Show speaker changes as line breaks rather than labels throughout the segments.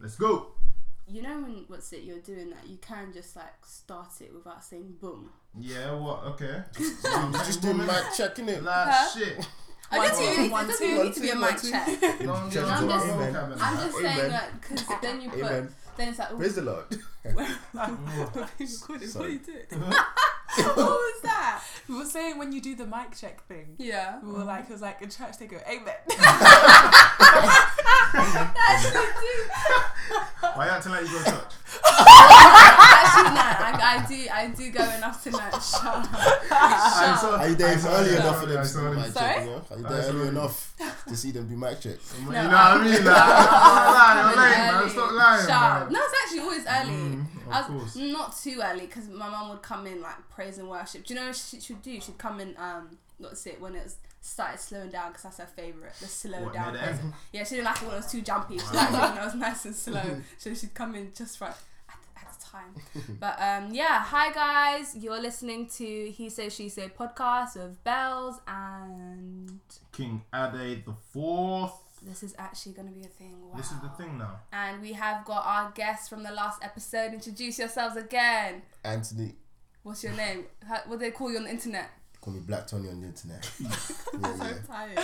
Let's go.
You know when what's it? You're doing that. You can just like start it without saying boom.
Yeah, what? Okay.
I'm just doing mic checking it.
Like
Huh?
shit.
I guess you
two,
really- it
one,
doesn't
two,
really need to be a
one,
mic
two.
check.
Don't
Church
do
I'm
door.
just-
Amen.
vocab in
I'm just
Amen.
saying that because then you put
Amen.
then it's like oh,
Praise the Lord.
Ah,
Recording, what are
Sorry.
you doing?
what was that?
We were saying when you do the mic check thing.
Yeah.
We were like, it was like in church they go, Amen.
Why you acting like you go to church?
Actually, no. I, I do. I do go enough to know. Shut up.
I'm
Shut up.
sorry.
Are you there
I'm sorry,
early
I'm
enough for
sorry,
them
I'm
to do
sorry.
mic
Sorry?
check? You know? Are you
I'm
there early
sorry.
enough to see them do mic check?
You know
No,
what I mean? Like, I'm lying, I'm lying,
early.
man. Stop lying,
Shut up.
man.
No, it's actually always early.
Mm, of
I was
course.
not too early because my mum would come in like praise and worship. Do you know what she should do? She'd come in. Um, what's it when it was started slowing down because that's her favorite. The slow
What,
down.
near the
praise.
end?
Yeah, she didn't like it when it was too jumpy. She liked it when it was nice and slow. so she'd come in just right. at the- At the time, but um, yeah. Hi guys, you're listening to He Say She Say podcast with Bells, and
King Ade the fourth.
this is actually going to be a thing. Wow.
This is the thing now.
And we have got our guest from the last episode. Introduce yourselves again.
Anthony,
What's your name? How, what do they call you on the internet?
call me Black Tony on the internet. yeah, yeah.
tired.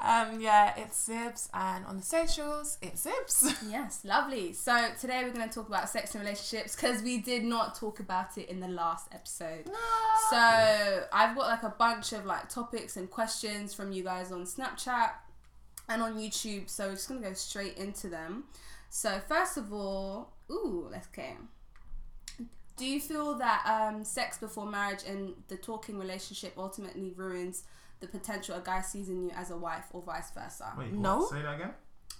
um, yeah, it's Zibs, and on the socials, it's Zibs.
Yes, lovely. So today we're going to talk about sex and relationships because we did not talk about it in the last episode. So I've got like a bunch of like topics and questions from you guys on Snapchat and on YouTube. So we're just going to go straight into them. So first of all, ooh, let's go. Do you feel that um, sex before marriage and the talking relationship ultimately ruins the potential a guy sees in you as a wife or vice versa?
Wait,
No.
what? say that again.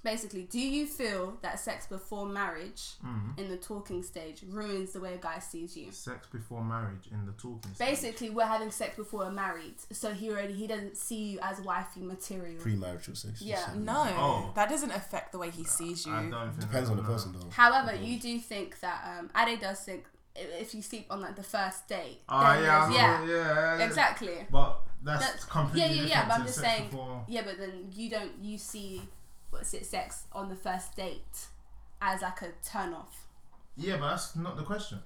Basically, do you feel that sex before marriage
Mm-hmm.
in the talking stage ruins the way a guy sees you?
Sex before marriage in the talking. stage.
Basically, we're having sex before we're married, so he already he doesn't see you as wifey material.
Premarital sex.
Yeah.
so-
No,
Oh.
that doesn't affect the way he sees you.
I don't think
Depends on the
no, no.
person though.
However,
Mm-hmm.
you do think that um, Ade does think i- if you sleep on like the first date,
Oh
then
yeah,
there's-
yeah, yeah, yeah.
exactly.
But that's,
That's-
completely
yeah, yeah, yeah,
different
but
to
I'm just
sex
saying-
before.
Yeah, but then you don't you see what's it sex on the first date as like a turn off.
Yeah, but that's not the question.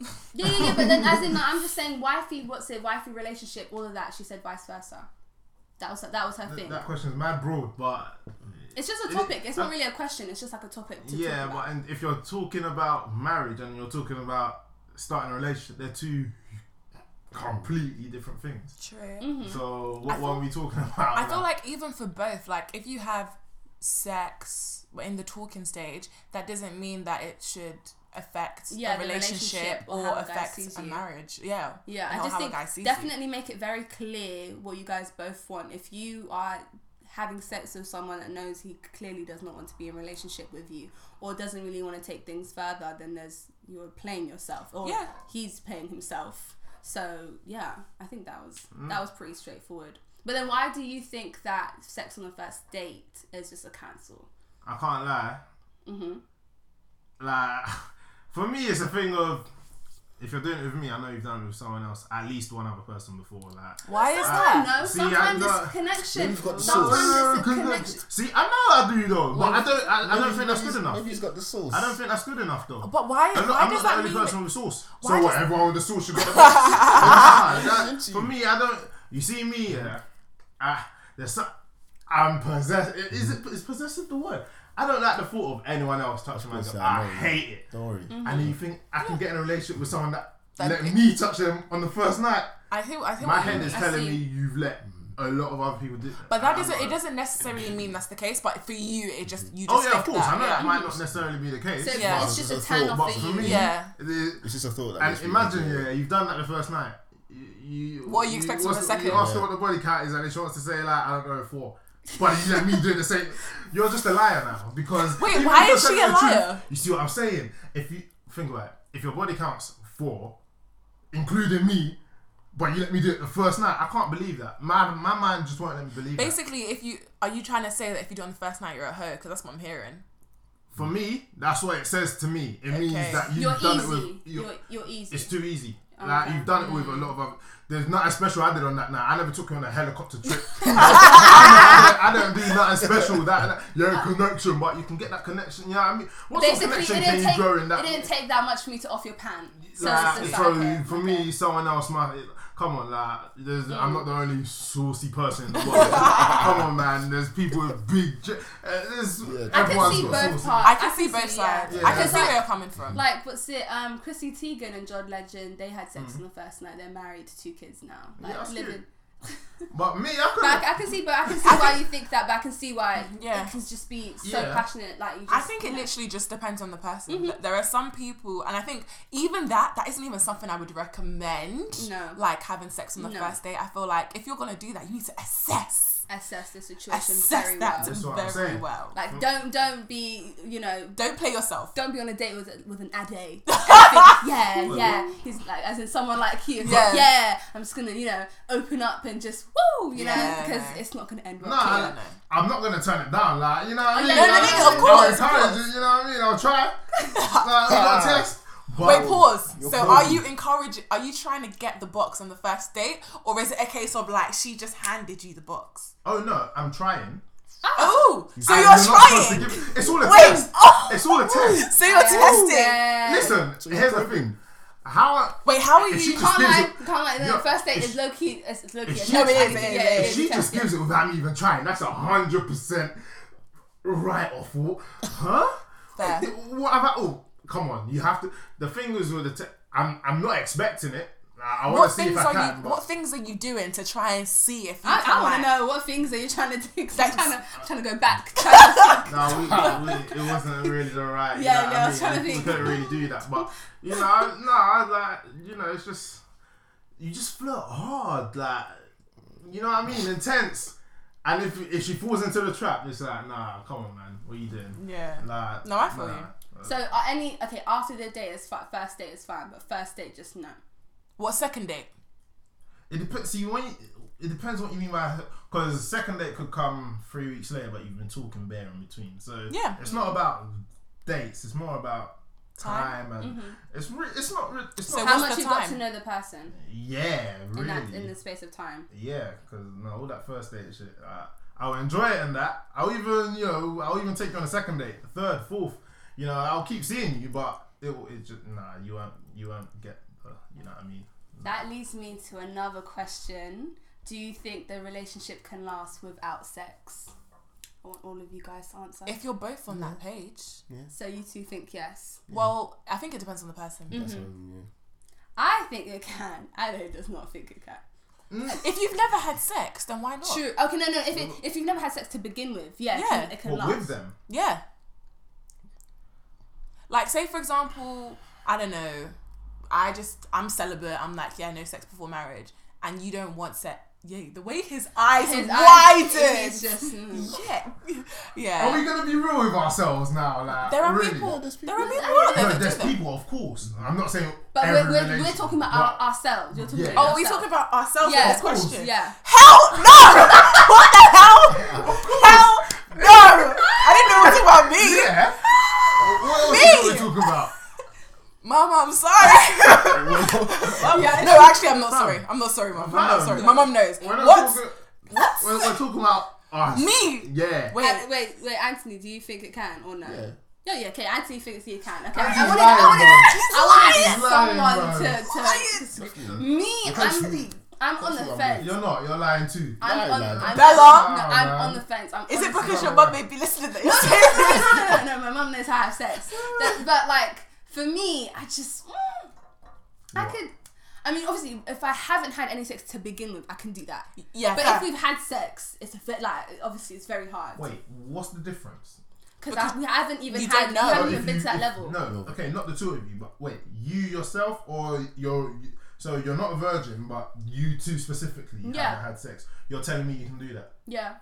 Yeah, yeah, yeah. But then, as in, like, I'm just saying, wifey, what's it, wifey relationship, all of that. She said vice versa. That was that was her
Th-
thing.
that question's mad broad, but
It's just a
Is it-
topic. It's
uh,
not really a question. It's just like a topic. To
yeah,
talk
but
about.
and if you're talking about marriage and you're talking about starting a relationship, they're two completely different things.
True.
Mm.
So what
I
were
feel-
we talking about?
I feel
now?
like even for both, like if you have sex in the talking stage, that doesn't mean that it should affect
Yeah,
a
the
relationship,
relationship or
or,
how a guy
affect
sees
a
you.
marriage. Yeah.
yeah,
Or
I just
how a
think
guy sees you.
definitely make it very clear what you guys both want. If you are having sex with someone that knows he clearly does not want to be in a relationship with you or doesn't really want to take things further, then there's you're playing yourself or
Yeah.
he's playing himself. So yeah, I think that was
Mm.
that was pretty straightforward. But then why do you think that sex on the first date is just a cancel?
I can't lie. Like, for me, it's a thing of if you're doing it with me, I know you've done it with someone else, at least one other person before. Like,
Why is
I
that?
don't know.
See, I'm
sometimes
not-
it's connection.
We've got the
Sometimes it's a connection.
Oh, see, I know I do though, but I don't. I, I don't
Maybe-
think that's
maybe
good
he's-
enough.
Maybe he's got the sauce.
I don't think that's good enough though.
But why?
I'm not,
why
I'm
does
not the
that
only
mean?
person with sauce.
why
so what?
does-
Everyone with the sauce should get the sauce. Nah, that-
Into
for
you.
me, I don't. You see me, yeah. Ah, there's some. I'm possessed. Is it is possessive the word? I don't like the thought of anyone else touching my
course,
girl.
I
I
know.
hate it.
Don't worry.
And then you think I can get in a relationship with someone that,
Mm-hmm. That-
let me touch them on the first night?
I think I think
My
what you
head
mean-
is
I
telling
see.
me you've let a lot of other people do.
But
I'm
that doesn't. It
not-
doesn't necessarily mean that's the case. But for you, it just you
Oh
just.
yeah, of
think
course.
That,
I know
yeah.
that might not necessarily be the case.
So
Yeah.
it's just a
It's a thought,
turn
But
off
for
for you.
me,
Yeah.
the-
It's just a thought. That
And
makes me
imagine,
think,
yeah, you've done that the first night. You, you,
What are you expecting
what's-
for the
You
second?
ask her what the body count is, and then she wants to say like, I don't know, four. But you let me do the same. You're just a liar now because.
Wait,
even
why
if you're
is she
telling
a
the truth-
liar?
you see what I'm saying? If you think about it, if your body counts four, including me, but you let me do it the first night, I can't believe that. My my mind just won't let me believe that.
Basically, if you are you trying to say that if you do it on the first night you're at her because that's what I'm hearing.
For me, that's what it says to me. It means
Okay.
that you've
You're
done it
easy.
with.
You're, you're easy.
it's too easy. Like
Okay.
you've done it with a lot of other. There's nothing special I did on that night. I never took you on a helicopter trip. I, don't, I don't do nothing special with that. You're in connection, but you can get that connection. Yeah, I mean, what sort of
Basically,
connection
it
can
didn't,
you
take,
grow in that?
it didn't take that much for me to off your pan. So,
Like,
it's just
so
like, okay,
for
okay.
me, someone else might. Come on, like, there's, I'm not the only saucy person in the world. come on, man. There's people with big. J- uh, there's,
I
I can
everyone's
see both
got
parts.
saucy-
I can see both
yeah.
sides.
Yeah.
I can see
Like-
where you're coming from.
Like what's it? Um, Chrissy Teigen and John Legend. They had sex on the first night. They're married, two kids now.
Yeah,
Like
that's
living.
cute. But me, I
But I,
could.
I can see, but I can see why you think that. But I can see why
Yeah.
it can just be so
Yeah.
passionate. Like Mm-hmm. you just,
I think it
yeah.
literally just depends on the person. Th- There are some people, and I think even that, that isn't even something I would recommend.
No.
Like having sex on the
No.
first date. I feel like if you're going to do that, you need to assess.
assess the situation
Assess
very
that
well.
That's what I'm
very
saying.
well.
Like don't don't be you know
Don't play yourself.
don't be on a date with with an ade. And think, yeah, yeah. He's like as in someone like you.
Yeah.
Yeah, yeah. I'm just gonna you know open up and just woo, you know,
Yeah.
because it's not gonna end well.
Nah,
clearly.
I- I'm not gonna turn it down, like you know what I
Oh,
mean.
yeah, no, no,
Like,
no, of
I'm
course, of
encouraged, you know what I mean. I'll try. like, we got a test. But
Wait, pause.
You're
so
pausing.
are you encouraging, are you trying to get the box on the first date? Or is it a case of like, she just handed you the box?
Oh no, I'm trying.
Ah.
Oh, so
And
you're
not supposed to
trying.
give it- It's all a
Wait,
test.
oh.
It's all a test.
So you're testing.
Yeah.
Listen,
you're
here's the
probing.
thing. How
Wait, how are
If
you?
she Just
Can't lie,
gives it-
can't lie. The
Yeah,
first date
if
is low key. It's low key.
if
a
she-
test.
No, it
is, it
Yeah,
is,
yeah,
it
yeah,
is.
if she
it's a
just
test,
gives it without me even trying, that's a hundred percent right off. wall. Huh?
Fair.
What have I? Oh, come on. You have to. The thing is with the. Te- I'm I'm not expecting it. I, I want
What
to see if
things
I
are
can.
you?
but-
What things are you doing to try and see if you
I,
can?
I want to
like-
know what things are you trying to do. 'cause I'm
That's-
trying to, I'm trying to go back. Trying to think.
No, we, we, it wasn't really the right. you
Yeah,
know
no,
what
I was
mean?
trying to
We
think.
couldn't really do that, but you know, I- no, I like, you know, it's just you just flirt hard, like, you know what I mean, intense. And if if she falls into the trap, it's like, nah, come on, man, what are you doing?
Yeah.
Like,
No, I feel you.
So are any okay after the date is fine. First date is fine, but first date just no.
What second date?
It depends. See, when you, it depends what you mean by because second date could come three weeks later, but you've been talking bare in between. So
Yeah.
it's not about dates. It's more about
Time.
time, and
Mm-hmm.
it's re- it's not re- it's
So
not
How
what's
much
the
you got
time?
to know the person
yeah
in
really
that in the space of time.
yeah because no all that first date shit. Uh, I'll enjoy it and that. I'll even you know I'll even take you on a second date, a third, fourth. You know I'll keep seeing you, but it will- it just nah you won't you won't get the, you know what I mean.
That leads me to another question. Do you think the relationship can last without sex? I want all of you guys to answer.
If you're both on that page,
so you two think yes.
well, I think it depends on the person.
Mm.
That's what I mean,
I think it can. Ado does not think it can.
If you've never had sex, then why not?
True. Okay, no, no. If it, if you've never had sex to begin with, yeah,
Yeah.
It can, it can
Well,
last.
with them.
Yeah. Like, say for example, I don't know. I just I'm celibate. I'm like, yeah, no sex before marriage, and you don't want sex. Yeah, the way his eyes
His eyes- he's
widened.
just, mm.
Yeah, yeah.
Are we gonna be real with ourselves now? Like
there are
really?
people.
there's
There are
people-
people out there
No,
that do
there's
that.
people, of course. I'm not saying.
But
every
we're, we're, we're
relationship,
talking about
but-
our, ourselves. You're talking
Yeah.
about
Oh, we talking about ourselves
Yeah,
in
of
this
course,
question?
yeah.
Hell no! what the hell? Hell no! I didn't know it was about me.
Yeah. what else are we
Me?
talking about?
Mama, I'm sorry.
Yeah,
no, actually, I'm not sorry. I'm not sorry, mom. I'm not
Fam,
sorry. My mom knows.
We're not
What?
Talking,
What?
we're, we're talking about us.
Me?
Yeah.
Wait.
An- wait, wait, Anthony, do you think it can or no?
Yeah.
Yeah, yeah, okay, Anthony thinks he can. Okay, I
Anthony's
want to,
lying,
I
bro.
want to
He's
get
lying,
someone to, to me.
can't
I'm,
see.
I'm on
That's
the
what I
fence.
You're not. You're lying too.
I'm
lying,
on,
man.
I'm,
Bella?
No, I'm on the fence. I'm
Is it
honestly-
because your
Mama.
mum may be listening to
No, no,
this?
no, no, no, no, no, my mum knows how to have sex. That- but like for me, I just mm, I
What?
could. I mean, obviously, if I haven't had any sex to begin with, I can do that.
Yeah,
But
fair.
if we've had sex, it's a bit like obviously it's very hard
Wait. What's the difference?
because I- we haven't even
you
had
don't
we
know.
haven't
If
even been
you-
to that
if-
level.
No. Okay. Not the two of you, but wait. You yourself or your. So you're not a virgin, but you two specifically
Yeah.
haven't had sex. You're telling me you can do that.
Yeah,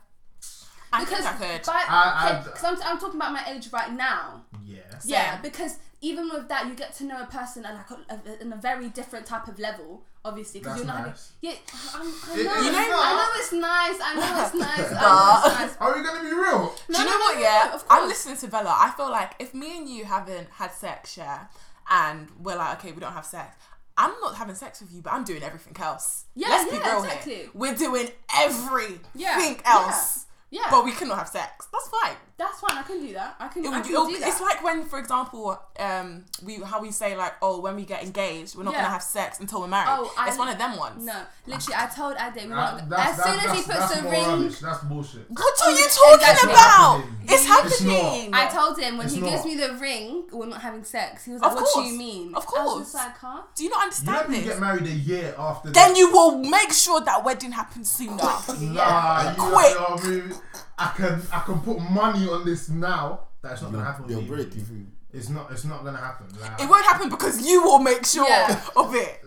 I
because
think I could.
by-
I-
okay,
I-
'cause I'm, I'm talking about my age right now.
Yeah.
Yeah,
Same.
because even with that, you get to know a person at like a, a, in a very different type of level, obviously. Because
That's
you're not
nice.
having, yeah, I'm, I
It
know,
is
you know, I
nice.
know it's nice. I know it's nice. I know it's nice.
Are we gonna be real?
No,
Do you
no,
know
no,
what?
no,
Yeah,
of
I'm
course.
listening to Bella. I feel like if me and you haven't had sex, yeah, and we're like, okay, we don't have sex. I'm not having sex with you, but I'm doing everything else.
Yeah,
Let's be
yeah,
real
exactly.
here. We're doing everything
Yeah,
else,
Yeah,
but we cannot have sex. That's fine.
that's fine. I can do that. I can.
It
I
would,
can
it'll-
do that.
it's like when, for example, um, we how we say like, oh, when we get engaged, we're not
Yeah.
gonna have sex until we're married.
Oh, I-
it's one of them ones.
no, literally, I told Ade we
That-
won't.
that's-
As soon
that's-
as he
that's-
puts
that's
a
more
ring,
rubbish. That's bullshit.
What are you
Oh,
talking
exactly.
about? It's
It's
happening.
I told him when
It's
he
not.
gives me the ring, we're not having sex. He was
Of
like, "What
course.
do you mean?"
Of
I was
course.
just like, "Huh?"
Do you not
You let
understand
me
this?
get married a year after.
Then you will make sure that wedding happens sooner.
Nah, you know
Quick.
what I mean? I can I can put money on this now. That's not gonna happen. with
They'll
you.
break if you.
It's not. It's not gonna happen. Like,
it won't happen because you will make sure
Yeah.
of it.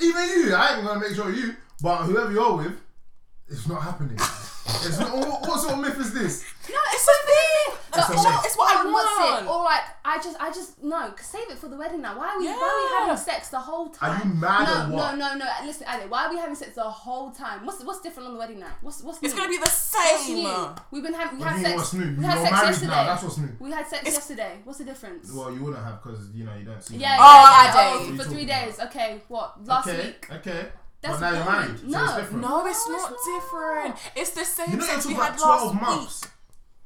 even you, I ain't gonna make sure you. But whoever you're with, it's not happening. it's not. What, what sort of myth is this?
No, it's a thing. That's
a
all-
myth.
it's what I
I want it.
want.
Or like, I just, I just no. 'cause Save it for the wedding now. Why are we, why are we
Yeah.
having sex the whole time?
you mad
no,
or what?
No, no, no. Listen, Ale, why are we having sex the whole time? What's what's different on the wedding night? What's what's
It's
new?
gonna be the
What's
same.
new? We've been having we
What do
had
you mean, what's
sex.
new?
We had
You're
sex
married
yesterday.
now. That's what's new.
We had sex
It's-
yesterday. What's the difference?
Well, you wouldn't have because you know you don't see.
yeah,
them.
yeah,
Oh,
yeah,
I
yeah.
do.
Oh,
You
for three
talking
days. Okay, what? Last
okay,
week.
Okay. but
That's
now you're
boring.
married. So
No,
it's different.
No, it's
No, it's
not different. It's the same
You know you're
sex we
talking
had
about
last
twelve
week.
months.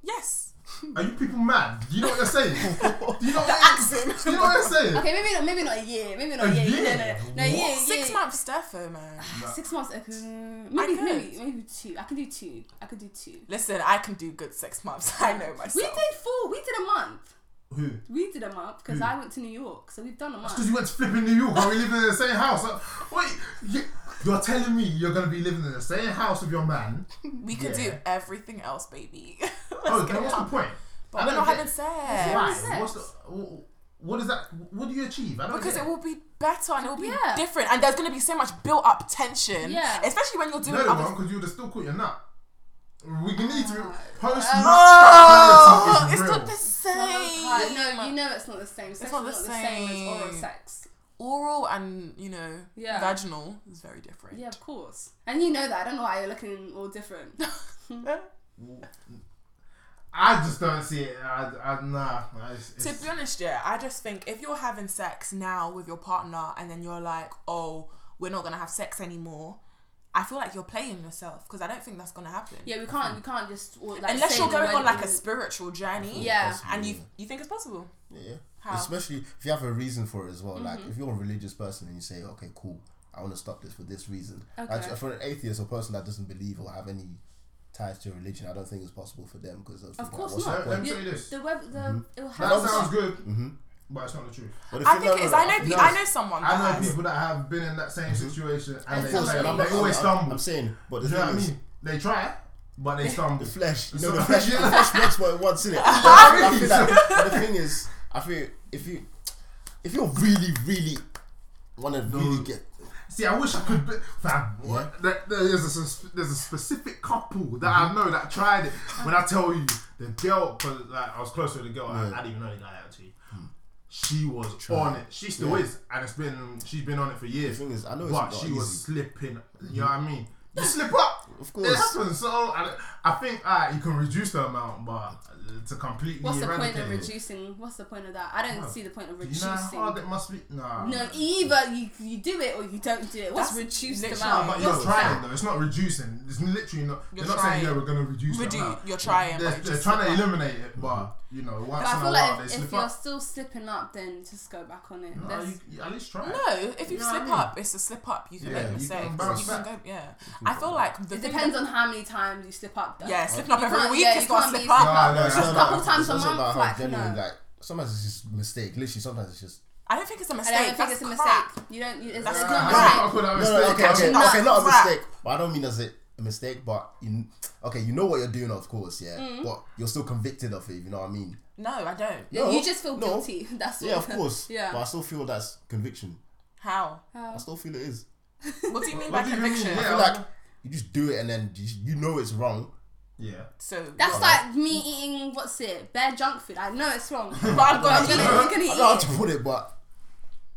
Yes.
Are you people mad? Do you know what you're saying? Do you know what
accent.
Do you know what you're saying?
Okay, maybe not. Maybe not a year. Maybe not
A
a year.
year?
No, no, no.
What?
year,
Six
year.
months defo, man.
Six months. Okay. Maybe,
could.
maybe, maybe two. I can do two. I could do two.
Listen, I can do good six months. I know myself.
We did four. We did a month.
Who?
We did a month because
Who?
Hmm.
I went to New York, so we've done a
Because
month.
you went to flipping New York and we live in the same house. Uh, Wait, you, you're telling me you're going to be living in the same house with your man?
We can do
Yeah.
everything else, baby. Let's
Oh,
get
then
it
what's the
up.
point? I
But
don't
we're not
get
having
it.
sex.
Why?
Why? What's the, wh- what is that? What do you achieve? I don't
Because
get
it will be better and it will be
Yeah.
different, and there's gonna be so much built up tension.
Yeah.
Especially when you're doing
No, it
other.
won't, because you would have still caught your nut. We can need to post
Uh, Oh,
nut
it's
clarity
not the
is
same.
No, you know it's not the same. Sex
It's not
is
the
not the same
same.
as oral sex.
Oral and you know
Yeah.
vaginal is very different.
Yeah, of course. And you know that. I don't know why you're looking all different.
I just don't see it. I, I, nah. It's,
To
it's,
be honest, yeah, I just think if you're having sex now with your partner and then you're like, oh, we're not gonna have sex anymore, I feel like you're playing yourself because I don't think that's gonna happen.
yeah, we can't. We can't just all, like,
Unless
say
you're
the
going
word
on like a
in-
spiritual journey.
Yeah.
Possibly,
And you
yeah.
you think it's possible?
Yeah.
How? Mm-hmm.
Especially if you have a reason for it as well. Like if you're a religious person and you say, okay, cool, I want to stop this for this reason.
Okay.
Like, for an atheist or person that doesn't believe or have any ties to religion, I don't think it's possible for them because
Of course
Let,
not.
let me
You-
tell you this.
the web. The
Mm-hmm.
it'll
That
have.
sounds good,
Mm-hmm.
but it's not the truth.
I think it is. I know
no.
pe- I know someone that
I know
has.
people that have been in that same situation and they,
Mm-hmm. Of course,
fail.
and I'm,
they always
I'm-
stumble.
I'm saying, but the
Do you know
thing
what I
is,
mean? They try, but they stumble.
the flesh, you know,
So-
the flesh,
Yeah.
the flesh makes what it wants in it.
I
I feel
mean?
like the thing is, I feel if you if you really, really want to really get
See, I wish I could. Be, fam, what? There- There's a sus- there's a specific couple that
Mm-hmm.
I know that tried it. When I tell you, the girl, cause like I was close with the girl, I, I didn't even know the guy actually. She was on it. She still
Hmm. Yeah.
is, and it's been she's been on it for years.
The thing is, I know it's
but
not
she was
easy.
slipping. You know what I mean? You slip up.
Of
It
course.
happens. So I, I think uh, you can reduce the amount, but to completely
What's the
eradicate
point of
it.
reducing? What's the point of that? I don't
Bruh,
see the point of
Do You know how hard
reducing.
it must be. Nah.
No, e- either you you do it or you don't do it. What's
That's
reduced
literally-
Nah,
amount?
but you're
What's
trying
that?
though. It's not reducing. It's literally not.
You're
they're not saying
trying.
yeah, we're gonna reduce. the
Redu-
amount.
you're trying, but
They're,
it
they're
just
trying to
slip up.
eliminate it, but you know, once
But I
in a
feel
while
like
they
if, if
slip
you're
up.
still slipping up, then just go back on it.
Nah,
That's-
you, you at least try. it.
No, if you
You know what
slip
I mean?
up, it's a slip up. You can
Yeah,
make
you
mistakes.
can
You can,
bounce back.
go. Yeah, I feel like the
it
thing
depends
that-
on how many times you slip up. Though.
Yeah, slipping up
You
every
can't-
week.
yeah,
it's
you
gonna
can't
slip
be
up.
slipping
Nah, nah,
it's
nah,
not
nah.
couple times
it's
a
also
month,
about how
like,
genuine,
no.
like sometimes it's just mistake. Literally, sometimes it's just
I don't think it's a
I
mistake.
don't think it's a
That's
mistake.
crap.
You don't. You, it's,
That's
it's
Nah,
not
crap.
I
right.
don't call that a
no, no,
mistake,
okay,
I
okay,
mean,
okay, not a
Right.
mistake. But I don't mean as a, a mistake, but you, okay, you know what you're doing, of course, yeah,
Mm.
but you're still convicted of it. if You know what I mean?
No, I don't.
No,
you just feel
no.
guilty. That's
Yeah,
all.
of course.
Yeah.
but I still feel that's conviction.
How?
I still feel it is.
What do you
What
mean by
do you mean?
conviction?
Yeah.
I feel like you just do it and then you, you know it's wrong.
Yeah.
So
That's
what?
like me eating what's it? Bare junk food. I know it's wrong, but
I'm
I'm gonna, I'm
gonna
gonna,
eat it.
I'm gonna
I don't know how
eat
to
it.
put it, but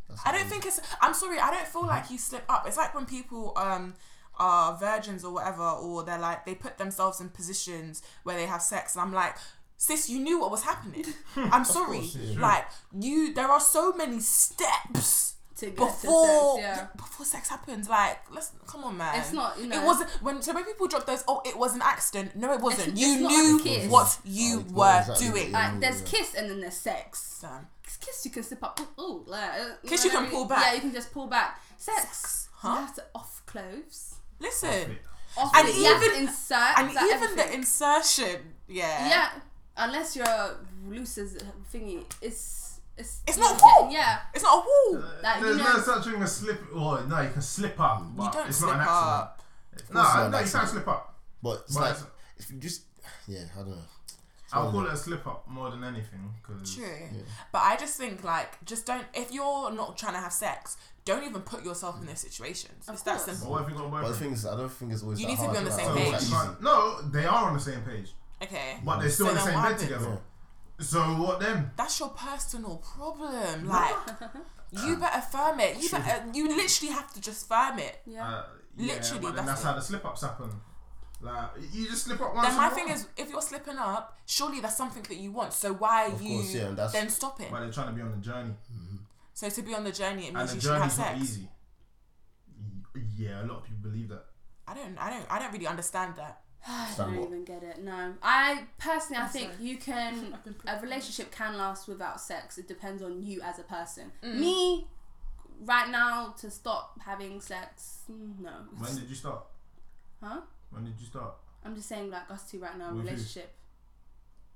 that's
I
how
don't
it
think it's. I'm sorry. I don't feel like you slip up. It's like when people um are virgins or whatever, or they're like they put themselves in positions where they have sex, and I'm like. Sis, you knew what was happening. I'm sorry.
course, yeah.
Like you, there are so many steps
to get
before
to sex. Yeah.
before sex happens. Like, let's come on, man.
It's not, you know.
It wasn't when so when people drop those. Oh, it was an accident. No, it wasn't.
It's-
you
it's not like a
knew
kiss.
what you
Oh, it's not
were
exactly
doing.
what it
Like there's
Yeah.
kiss and then there's sex.
Damn.
Kiss you can slip up. Ooh, ooh, like, uh, know
Kiss you can
what I mean?
pull back.
Yeah, you can just pull back. Sex.
Huh?
You have to off clothes.
Listen,
Off
And
and even
even-
insert.
and
like,
even the
everything.
insertion. Yeah.
yeah. Unless you're loose as a thingy, it's it's
It's not
yeah,
cool.
Yeah.
Uh,
It's not a wall.
Like, you
There's
know-
no such thing as slip. Well, no, you can slip up, but
you don't
it's not
slip
an accident.
up.
No,
course it's not
no,
an
you
accident.
can't slip up.
But it's
But
like
it's-
if you just yeah, I don't know.
I'll call it a slip up more than anything. 'cause-
True. But I just think like just don't if you're not trying to have sex, don't even put yourself in those situations.
Of
It's that
course.
But
simple.
what if you got a
But the
boyfriend?
thing is, I don't think it's always.
You
that
need to be
hard,
on the
like,
same
I don't
So
know,
page.
you
it's
can't- No,
easy.
they are on the same page,
Okay.
but they're still
So
in the
then
same
what
bed together. So what then?
That's your personal problem. Like you better firm it. You better you literally have to just firm it.
Yeah.
Uh, yeah,
Literally,
but then
that's
that's
it.
how the slip ups happen. Like you just slip up once.
Then my
in a
thing
while.
is if you're slipping up, surely that's something that you want. So why are
Of
you
course, yeah, and that's-
then stopping?
but they're trying to be on the journey,
So to be on the journey it
and
means
the
you should have
journey's not
sex.
easy. Y- Yeah, a lot of people believe that.
I don't I don't I don't really understand that.
I
Stand
don't
what?
even get it. No, I personally, I think
sorry.
you can.
I've been pretty-
A relationship can last without sex. It depends on you as a person.
Mm.
Me, right now, to stop having sex, no.
When did you start?
Huh?
When did you start?
I'm just saying, like us two right now,
With who?
relationship.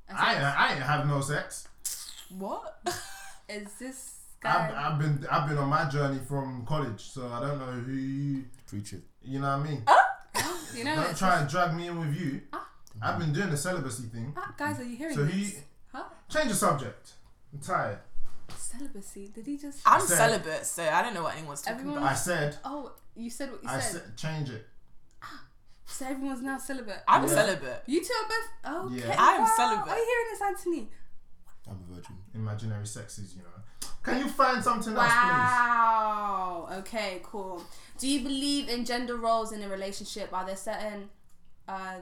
I uh,
said-
ain't, I ain't have no sex.
What?
is this
I've,
guy?
I've been I've been on my journey from college, so I don't know who you.
Preach it.
You know what I mean?
Oh.
you know,
Don't
it's-
try and drag me in with you.
Ah.
I've been doing the celibacy thing.
Ah, guys, are you hearing
So
this?
he
Huh?
change the subject. I'm tired.
Celibacy? Did he just?
I'm
Said-
celibate, so I don't know what anyone's talking
Everyone-
about.
I said.
Oh, you said what you
I
said.
said change it.
So everyone's now celibate.
I'm
Yeah.
celibate.
You two are both. oh, Okay.
Yeah.
I am
wow.
celibate.
Are you hearing this, Anthony?
I'm a virgin.
Imaginary sexes, you know. Can you find something else,
Wow. Okay, cool. Do you believe in gender roles in a relationship? Are there certain uh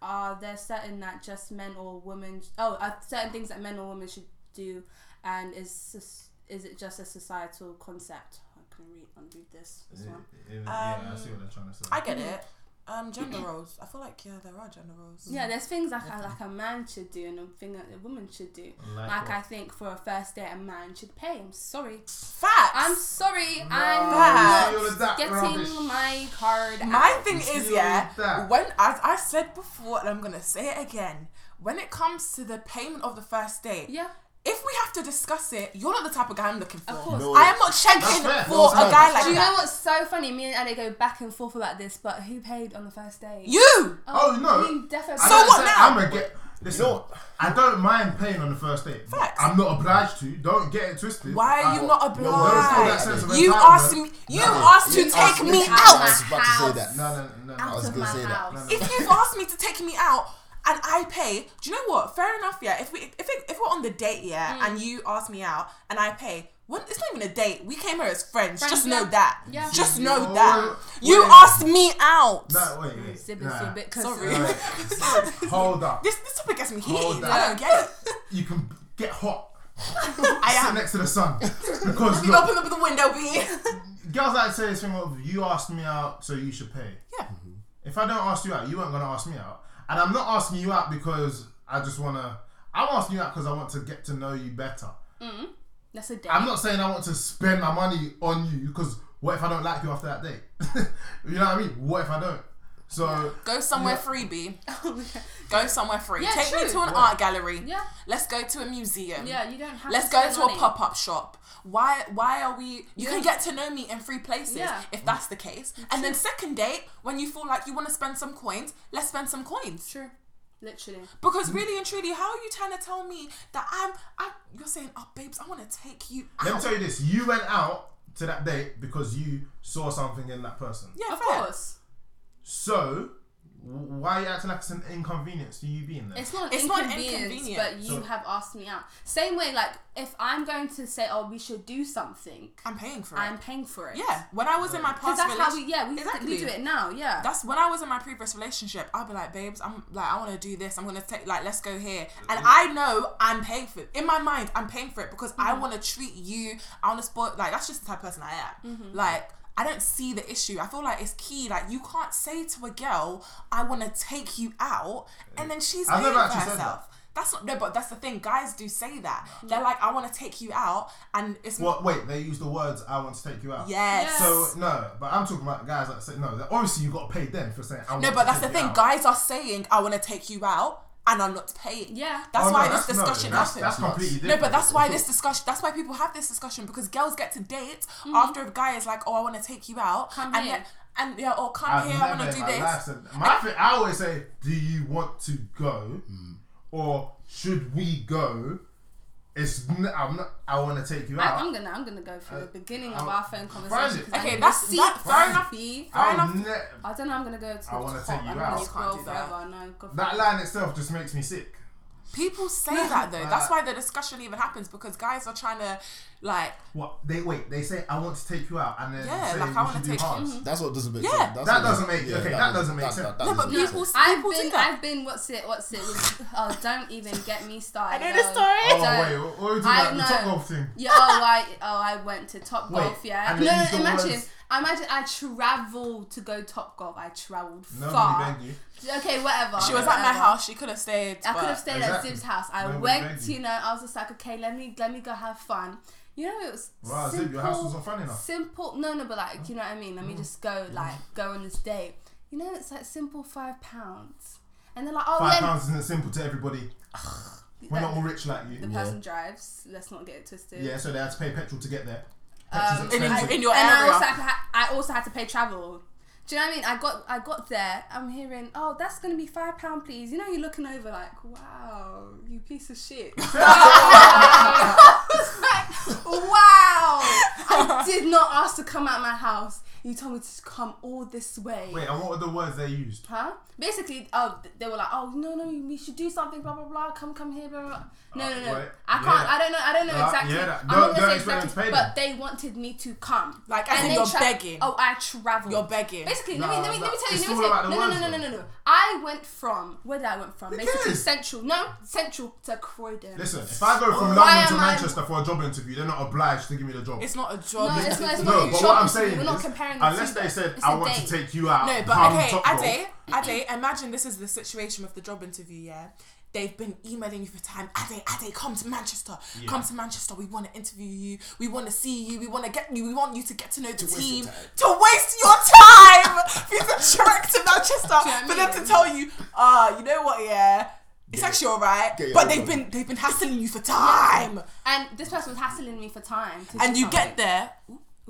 are there certain that just men or women oh, are certain things that men or women should do and is sus- is it just a societal concept? I can read unread this this
please?
one.
Yeah, yeah, I see what they're trying to say.
I get it. Um, gender roles. I feel like yeah, there are gender roles.
Yeah, there's things like a, like a man should do and a thing that a woman should do.
Like
Like
what?
I think for a first date a man should pay. I'm sorry.
Facts.
I'm sorry.
Facts.
I'm
All of that
not getting
rubbish.
my card.
My
out.
thing
You
is
see
yeah,
all that?
when as I said before, and I'm gonna say it again. When it comes to the payment of the first date,
Yeah.
if we have to discuss it, you're not the type of guy I'm looking for.
course.
No,
I am not checking
That's fair.
for
That's
a
fair.
guy
That's
like
Do you know
that.
what's so funny? Me and Ale go back and forth about this, but who paid on the first date?
You.
Oh, no.
You definitely.
I
So
don't
what
say-
now?
I'm a get. Listen,
know what?
I don't mind paying on the first date. but
Facts.
I'm not obliged to. Don't get it twisted.
Why are you
I-
not
Uh, No, there's still that
obliged?
sense of
you
entitlement.
asked me. You
Nothing.
asked to
You asked
take
me
me
to- I
out.
was about to say that.
No, no, no, no.
Out
was
of
gonna
my
say that.
house.
No, no.
if you've asked me to take me out and I pay, do you know what? Fair enough, yeah. If we if, it, if we're on the date, yeah,
Mm.
and you ask me out and I pay, when, it's not even a date. We came here as friends.
Friends,
Just
yeah.
know that.
Yeah.
Just know
No,
that.
wait,
you
wait.
asked me out.
No, wait, wait.
Zip and
Nah.
zip it, 'cause-
Sorry.
Nah. Hold up.
This this topic gets me heated.
Hold
I don't get it.
You can get hot.
I
Sit
am.
next to the sun. Because
You
look,
open up the window, B.
girls like to say this thing of you asked me out, so you should pay.
yeah.
If I don't ask you out, you aren't gonna ask me out. And I'm not asking you out because I just wanna. I'm asking you out because I want to get to know you better.
That's a date.
I'm not saying I want to spend my money on you because what if I don't like you after that date? you know what I mean? What if I don't? So
Go somewhere
Yeah.
free, B. Go somewhere free.
Yeah,
take me
true.
to an art gallery.
Yeah.
Let's go to a museum.
yeah, you don't have.
Let's
to
go
spend
to a
money.
pop up shop. Why? Why are we? You can
Yeah.
get to know me in three places
Yeah.
if that's the case. And then second date, when you feel like you want to spend some coins, let's spend some coins.
True. Literally.
Because really and truly, how are you trying to tell me that I'm? I you're saying, oh babes, I want to take you
let me
out.
tell you this: you went out to that date because you saw something in that person.
yeah,
Of
fair.
course.
So W- Why are you acting like it's an inconvenience to you being there?
It's not an
It's not an
inconvenience, but
inconvenience.
you have asked me out. Same way, like if I'm going to say, "Oh, we should do something,"
I'm paying for it.
I'm paying for it.
yeah, when I was in my
because
past
that's how
relationship,
we. Yeah, we,
Exactly.
we do it now. Yeah,
that's when I was in my previous relationship. I'd be like, babes, I'm like, I want to do this. I'm gonna take like, let's go here, and I know I'm paying for it. In my mind, I'm paying for it because
Mm-hmm.
I want to treat you. I want to sport. Like that's just the type of person I am.
Mm-hmm.
Like. I don't see the issue. I feel like it's key. Like you can't say to a girl, "I want to take you out," and then she's
I've never
paying for
actually said that.
herself. That's not no, but that's the thing. Guys do say that. They're like, "I want to take you out," and it's
What? Wait, they use the words "I want to take you out."
Yes.
So no, but I'm talking about guys that say no. that- Obviously, you got to pay them for saying. I want
No,
to
but that's the
take
thing.
you out.
Guys are saying, "I want to take you out," and I'm not paying.
Yeah.
that's
Oh, no,
why this
no,
discussion
that's,
happens.
That's completely different.
no, but that's why this discussion. That's why people have this discussion because girls get to date after a guy is like, "Oh, I want to take you out,"
Mm-hmm. Come
and
here.
then- and yeah, or come
I've
here, I
never
want to
in
do
my
this.
life said that. My thing, I always say, do you want to go, or should we go? It's n- I'm not. I want to take you
I,
out.
I'm gonna I'm gonna go through the
Uh,
beginning of
I'll-
our phone
Find
conversation.
it.
'cause I
Okay,
can
that's-
see
that- fair
Barney
enough.
B.
Fair
I'll
enough.
ne-
I don't know. I'm gonna go to.
I
the
wanna
top.
take you
I'm
out.
Gonna
You
can't
scroll
do that.
forever. No, God
that
forbid.
line itself just makes me sick.
People say that though. That's why the discussion even happens because guys are trying to like,
What they wait? They say I want to take you out, and then
Yeah,
say
like,
we
I wanna
should do
take-
halves.
That's what doesn't make
Yeah.
sense. That's
That
what
doesn't make- okay, that doesn't make sense.
no, but
doesn't make
people,
sense.
I've
people do
been,
that.
I've been. What's it? What's it? oh, don't even get me started.
I know the
oh.
story.
Oh
So,
wait, what, what are we
I
talking about? The
know.
top golf thing.
Yeah. Oh, I oh I went to Top Golf.
Wait,
Yeah.
and
No,
then
no,
you thought it
Imagine.
was-
Imagine I travelled to go Top Golf. I travelled
Nobody
far.
begged you.
Okay, whatever.
She was at
whatever.
my house. She could have stayed.
I
but-
could have stayed
Exactly.
at Zib's house. I
Nobody
went,
begged
you
you.
know, I was just like, okay, let me let me go have fun. You know, it was
Wow,
simple.
Zib, your house was on fun enough. Oh,
Simple, no, no, but like, you know what I mean. Let me just go, like, go on this date. You know, it's like simple five pounds, and they're like, oh,
Five
yeah,
pounds isn't simple to everybody. We're not all rich like
the
you.
person drives. Let's not get it twisted.
Yeah, so they had to pay petrol to get there.
Um,
Petrol's
in,
expensive.
in your
and I
area.
also, had to ha- I also had to pay travel. Do you know what I mean? I got I got there. I'm hearing, oh, that's gonna be five pound, please. You know, you're looking over like, wow, you piece of shit. I was like, wow, I did not ask to come out of my house. You told me to come all this way.
Wait, and what were the words they used?
Huh? Basically, oh, th- they were like, oh, no, no, we should do something, blah, blah, blah, come, come here, blah, blah. No,
Uh,
no, no.
wait,
I can't,
yeah.
I don't know, I don't know
Uh,
exactly.
yeah, that-
I'm
don't-
not going
don't
to say
explain them to
exactly,
pay
but they wanted me to come.
Like, as in
they
you're begging.
Oh, I traveled.
You're begging.
Basically,
Nah,
let, me, let me let me
nah,
tell you,
it's
let me
all
tell
about the
you. No, no,
words,
no, no,
though.
no, no, no. I went from, where did I went from? Basically,
cares?
central, no, central to Croydon.
Listen, if I go from
Why
London to
am I-
Manchester for a job interview, they're not obliged to give me the job.
It's not a
No,
job.
it's not, it's not
no,
a
but
job
what I'm
interview.
saying
We're
is,
not comparing the
unless
two,
they
though.
said,
It's a
"I want
date."
to take you out,"
No, but
come
okay,
Top Golf.
Ade, Ade, imagine this is the situation with the job interview, yeah? They've been emailing you for time. Ade, Ade, come to Manchester.
Yeah.
Come to Manchester. We want to interview you. We want to see you. We want to get you. We want you to get to know the
waste
team.
your time.
To waste your time for you to trek to
Do you know
Manchester
what
for
I
them to
mean?
tell you, uh, you know what, yeah, it's actually all right.
Get your
But
own
they've
money.
been they've been hassling you for time,
And this person was hassling me for time. to do
and you
something.
get there,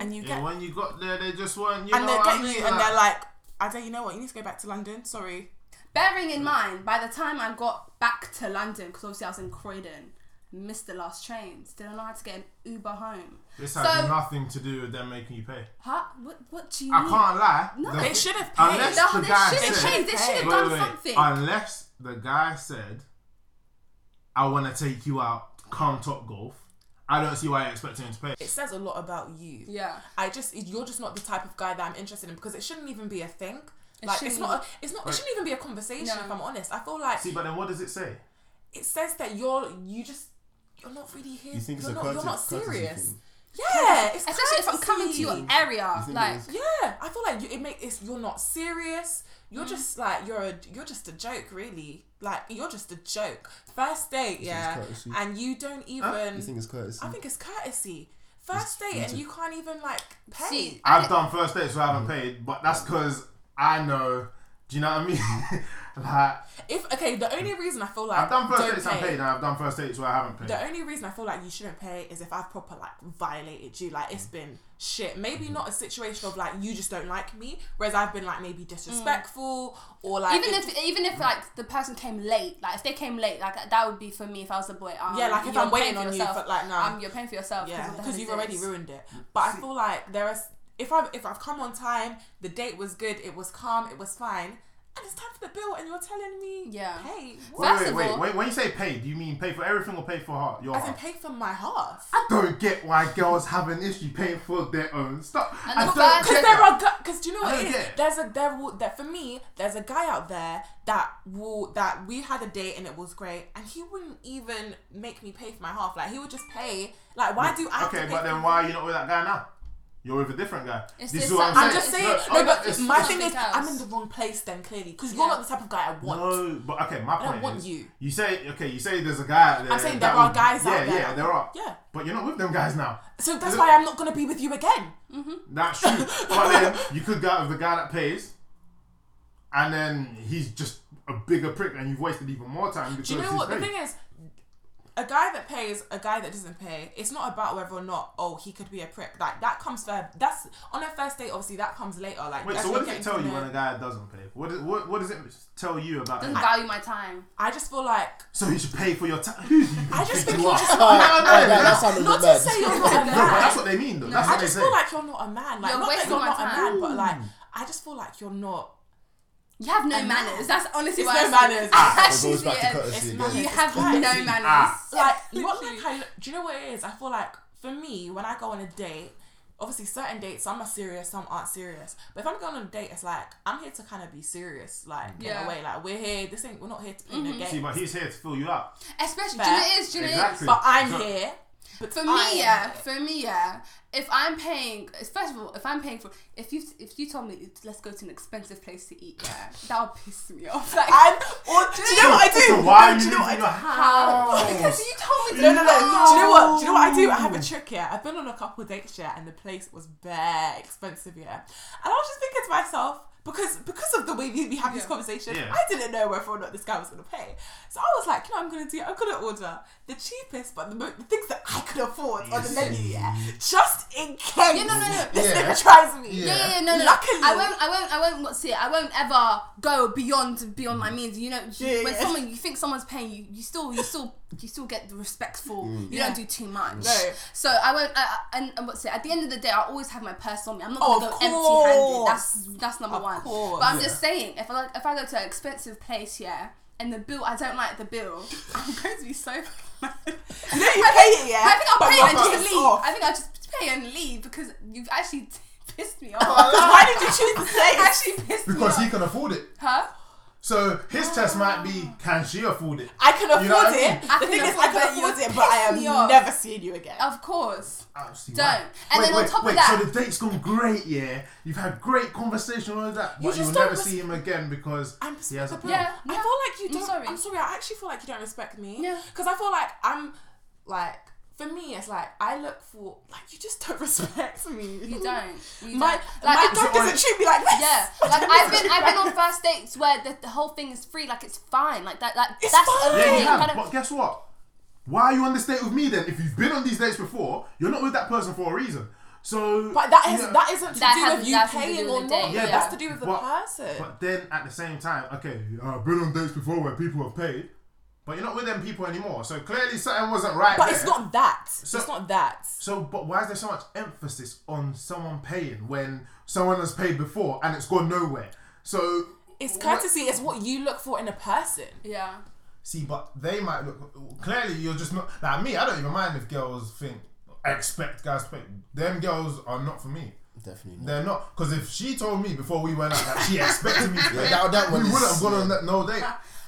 and you get,
And when you got there, they just weren't. You
and
know
they
what
get
I mean?
you, and they're like, Ade, you know what, you need to go back to London. Sorry.
Bearing in mind, by the time I got back to London, because obviously I was in Croydon, missed the last trains, didn't know how to get an Uber home.
this
so,
has nothing to do with them making you pay.
huh? What, what do you
I
mean?
can't lie.
Mm. No.
the-
They should have paid.
Unless
No,
the
they
guy
should have
said-
changed. They should have
Wait,
done
wait, wait.
something.
Unless the guy said, "I want to take you out, come Top Golf," I don't see why you're expecting him to pay.
it says a lot about you.
Yeah.
I just you're just not the type of guy that I'm interested in because it shouldn't even be a thing.
It
Like it's
shouldn't
not. A, it's not. It
Right.
shouldn't even be a conversation.
No.
If I'm honest, I feel like
See, but then what does it say?
it says that you're you just you're not really here.
You think it's
are
a
not,
courtesy,
you're not
courtesy
serious.
thing?
Yeah, it's
Especially if I'm coming to
courtesy.
your area.
think it
Like,
is?
Yeah, I feel like you, it make it's you're not serious. You're
Mm-hmm.
just like you're a you're just a joke, really. Like you're just a joke. First date, yeah,
courtesy. Ah,
and you don't even.
You think it's courtesy?
I think it's courtesy. First date, and you can't even like pay.
see, I Mm.
I've done first dates, so I haven't paid, but that's because I know. Do you know what I mean? like
If okay, the only reason I feel like
I've done
don't
first dates, I
pay-
paid, and I've done first dates where I haven't paid.
The only reason I feel like you shouldn't pay is if I've proper like violated you, like it's been shit. Maybe not a situation of like you just don't like me, whereas I've been like maybe disrespectful or like
even
it-
if even if like the person came late, like if they came late, like that would be for me if I was a boy. Um,
Yeah, like, if
you're
I'm
paying
waiting
for
on you,
yourself,
but, like, no.
um, you're paying for yourself. what
yeah,
the
because
hell
you've
is
already
this?
ruined it. But I feel like there is if I've if I've come on time, the date was good, it was calm, it was fine. and it's time for the bill, and you're telling me,
Yeah.
hey,
Well,
what?
First
wait,
of
wait,
all-
wait. When you say pay, do you mean pay for everything or pay for heart? Your
I can
heart?
pay for my half.
I don't get why girls have an issue paying for their own stuff.
And
I
the
don't
fact
get
Because
that.
there are, because do you know
I
what it
don't
is?
get it.
There's a there will that for me. There's a guy out there that will that we had a date and it was great, and he wouldn't even make me pay for my half. Like he would just pay. Like why do I? have to
Okay,
pay
but
for-
then why are you not with that guy now? You're with a different guy.
It's
this
just
is what I'm saying.
some-
I'm just saying.
It's
No,
oh,
but
it's-
my
it's-
thing is,
something
I'm
else.
in the wrong place then clearly because
Yeah.
you're not the type of guy I want.
No, but okay, my
don't
point
want
is,
you.
say okay, you say there's a guy out there.
I'm saying
that
there are
would-
guys
yeah,
out there.
Yeah, there are.
Yeah.
but you're not with them guys now.
So that's why I'm not gonna be with you again.
That's true. but then you could go out with the guy that pays, and then he's just a bigger prick, and you've wasted even more time because
Do you know
he's
what the
paid.
thing is? A guy that pays, a guy that doesn't pay. It's not about whether or not oh he could be a prick. Like that comes fair. That's on a first date. Obviously, that comes later. Like
Wait,
that's
so
when
what does
getting
it tell
to
you
know-
when a guy doesn't pay? What, is, what what does it tell you about?
Doesn't
him?
value my time.
I just feel like
So he should pay for your time. Who do you
I just think
you
you
are?
just-
No, no,
Oh,
no,
that- that
no.
sounded a
not
bit
to
mad.
say you're not a
No, but that's
man.
what they mean, though.
No,
that's
I
what they
just
say.
feel like you're not a man. Like
You're
not that
wasting
you're
my
not
time.
a man, but like I just feel like you're not.
You have no manners. That's honestly
It's
why.
no
I-
manners.
I
It
actually
goes
see
back to
it.
courtesy
it's
again.
manners.
You have
Right.
no manners.
Ah.
like not like I do you know what it is? I feel like for me when I go on a date, obviously certain dates some are serious, some aren't serious. But if I'm going on a date, it's like I'm here to kind of be serious, like in
Yeah. Mm-hmm.
a way, like we're here. This ain't we're not here to play no
See,
game.
but he's here to fill you up.
Especially, do you know
Fair.
it is? Do you know it is?
Exactly.
But I'm
So-
here. But
For
I am
me, yeah.
here.
For me, yeah. If I'm paying, first of all, if I'm paying for, if you if you told me let's go to an expensive place to eat, yeah, that would piss me off. Like,
I'm. Or, do you know what I do?
So why
No,
are
do
you
you know what I
leaving
do?
your
how?
house?
Because you told me to
No, no, no. Do you know what? Do you know what I do? I have
No.
a trick here. I've been on a couple dates here, and the place was bare expensive here. And I was just thinking to myself because because of the way we, we have this
Yeah.
conversation,
Yeah.
I didn't know whether or not this guy was gonna pay. So I was like, you know, I'm gonna do. I'm gonna order the cheapest, but the, mo- the things that I could afford on the menu, yeah, just in case.
Yeah, no, no, no.
This
Yeah.
nigga tries me.
Yeah,
Yeah.
yeah, yeah, no, no.
Luckily-
I won't, I won't, I won't. What's it? I won't ever go beyond beyond my means. You know, you-
Mm. Yeah,
when
yeah.
someone you think someone's paying you, you still, you still, you still get the respectful. You
Mm. Yeah.
don't do too much.
No.
So I won't. I, I, and, and what's it? At the end of the day, I always have my purse on me. I'm not
Oh,
gonna
of
go empty-handed.
course.
That's that's number
Of
one.
course.
But I'm just saying, if I like, if I go to an expensive place, yeah, and the bill, I don't like the bill. I'm going to be so.
You know, you pay it, yeah.
I think I'll
but
pay
you're
and just
pissed
leave.
off.
I think I'll just pay and leave because you've actually t- pissed me
Because
off.
Why did you choose to say? it?
actually pissed me
Because
off.
he can afford it.
Huh?
So his test might be, can she afford it?
I can afford
You know what I mean?
it.
I
The
can
thing is, I
afford that
can afford
you
it, but I
pissed
am
me off.
never seeing you again.
Of course.
I don't see
Don't.
why.
And
wait,
then on
wait,
top of
wait,
that-
so the date's gone great, yeah. You've had great conversation all of that, but
just
you'll
don't
never
res-
see him again because
I'm
he has a
respectable.
problem.
Yeah,
I
yeah.
feel like you
I'm
don't. I'm
sorry.
sorry. I actually feel like you don't respect me.
Yeah.
Because I feel like I'm like for me, it's like I look for like you just don't respect me.
You don't. You
My
don't.
my
Like,
dog
So I-
doesn't treat me like this.
yeah,
My
like I've
dog doesn't
been,
treat
I've
me
been on
like
first dates where the, the whole thing is free, like it's fine, like that, like
It's
that's
fine.
Yeah,
okay.
you have.
kind of-
But guess what? Why are you on this date with me then? If you've been on these dates before, you're not with that person for a reason. So,
But that is
you know-
that isn't to
That
do
has
with you
nothing to do
paying
with
or
the
not.
date,
Yeah,
yeah.
that's to do with the
But-
person.
But then at the same time, okay, I've been on dates before where people have paid, but you're not with them people anymore. So clearly something wasn't right.
But
there.
it's not that.
So-
It's not that.
So, but why is there so much emphasis on someone paying when someone has paid before and it's gone nowhere? So
It's
what-
courtesy. It's what you look for in a person.
yeah.
See, but they might look. Clearly, you're just not like me. I don't even mind if girls think expect guys to pay. Them girls are not for me.
Definitely not.
They're not because if she told me before we went out that she expected me to pay,
that- that
we
one is-
wouldn't have gone on that no date.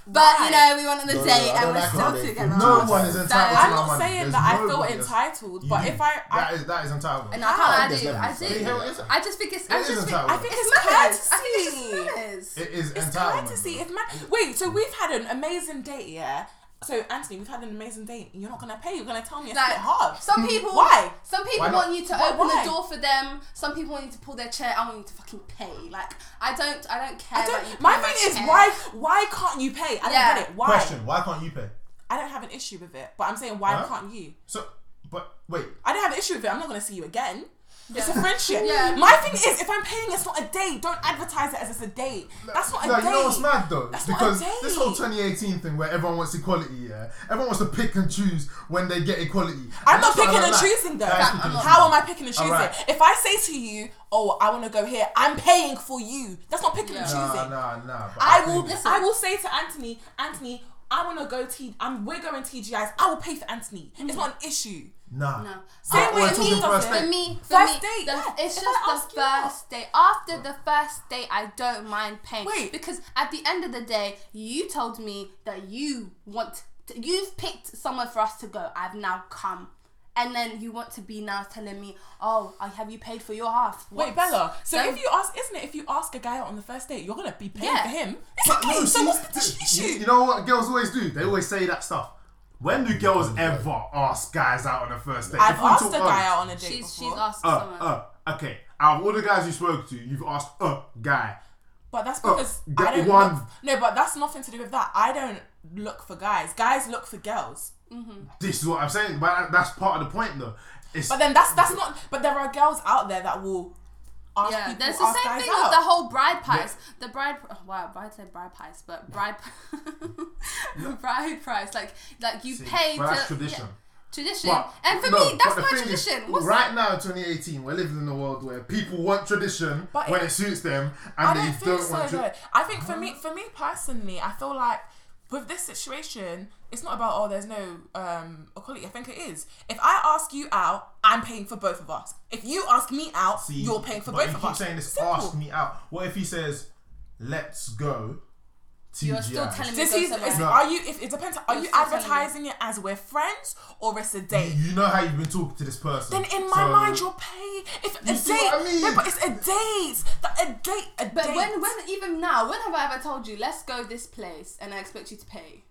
But you know, we went on the
No, no,
date
I
and
don't
we're
like
still
holiday.
together.
No one is entitled
So-
to
I'm
my
not
money.
saying
There's
that I feel
nobody that's-
entitled, but
You-
if I,
that
I
is that is entitlement.
And I can't. I
There's
do.
nothing
I
to say.
do. I just think it's. I
It is
just think.
entitled.
I think
It's
it's
manners.
courtesy.
I think it's just manners.
it is
It's
entitlement.
courtesy. If man, wait, so we've had an amazing date, yeah. So Anthony, we've had an amazing date. You're not gonna pay. You're gonna tell me it's
Like,
like, hard.
Some people.
Mm. Why?
Some people
Why not?
want you to
Why-
open
why?
the door for them. Some people want you to pull their chair. I want you to fucking pay. Like I don't. I don't care.
I
about you
don't. My
pulling
thing is
chair.
why? Why can't you pay? I
Yeah.
don't get it. Why?
Question: Why can't you pay?
I don't have an issue with it, but I'm saying why
Huh?
can't you?
So, but wait,
I don't have an issue with it. I'm not gonna see you again. It's a
Yeah.
friendship.
Yeah.
My thing is, if I'm paying, it's not a date. Don't advertise it as it's a date. That's not a
no,
date.
you know what's mad though?
That's not
because
a date.
this whole 2018 thing where everyone wants equality, yeah? Everyone wants to pick and choose when they get equality.
I'm
That's
not
what I
picking
don't
and
like.
choosing though.
That is picking and
How am I picking and choosing?
Alright.
If I say to you, oh, I want to go here. I'm paying for you. That's not picking and
Yeah.
Nah,
choosing.
nah, nah. but
I will.
think-
I will say to Anthony, Anthony, I want to go T. I'm. We're going TGI's. I will pay for Anthony. It's not an issue.
Nah.
No.
Same
Oh,
way
we're
it
talking
means
first
doesn't.
date.
For me, for
First
me,
date,
the-
yeah.
it's
If
just
I
the
ask you out.
first date. After the first date, I don't mind paying.
Wait.
Because at the end of the day, you told me that you want, to, you've picked somewhere for us to go. I've now come. And then you want to be now telling me, oh, I have you paid for your half?
Wait,
What?
Bella. So
Then-
if you ask, isn't it? If you ask a guy out on the first date, you're gonna be paying
Yeah.
for him.
But
Exactly.
no,
so
see,
what's the t- issue?
You know what girls always do? They always say that stuff. When do girls ever ask guys out on the first date?
I've
If we
asked
talk
a guy
honest.
out on a date
she's, she's
before,
asked someone.
Uh, uh, okay. Out of all the guys you spoke to, you've asked a guy.
but that's because
get
I don't.
one.
Look, no, but that's nothing to do with that. I don't look for guys. Guys look for girls.
This is what I'm saying, but that's part of the point, though. It's
But then that's that's not. But there are girls out there that will ask
Yeah,
people.
that's the
ask
same
guys
thing
out.
with the whole bride price. The bride, oh, wow, I said bride price, but bride, bride price. Like, like you
See,
pay
but
to
that's
yeah,
tradition.
tradition,
But-
and for
no,
me, that's
but the
not
thing is,
tradition. What's
right now, in 2018, we're living in a world where people want tradition
But
when
it-
it, suits them,
I
and
don't
they
think
don't
so.
want
though.
to.
I think for me, for me personally, I feel like with this situation, it's not about oh, there's no um, equality. I think it is. If I ask you out, I'm paying for both of us. If you ask me out, you're paying for
but
both
you
of
keep
us.
saying this.
Simple.
Ask me out. What if he says, "Let's go"? TGI.
You're still telling me
Does
go
he,
somewhere.
is, are you? If it depends. Are
You're
you
still telling me.
advertising it as we're friends or it's a date?
You know how you've been talking to this person.
Then in my
so-
mind, you're paying. If a
You
date,
see what I mean?
no, but it's a date. That- A date. A
But
date.
when, when, even now, when have I ever told you, let's go this place, and I expect you to pay?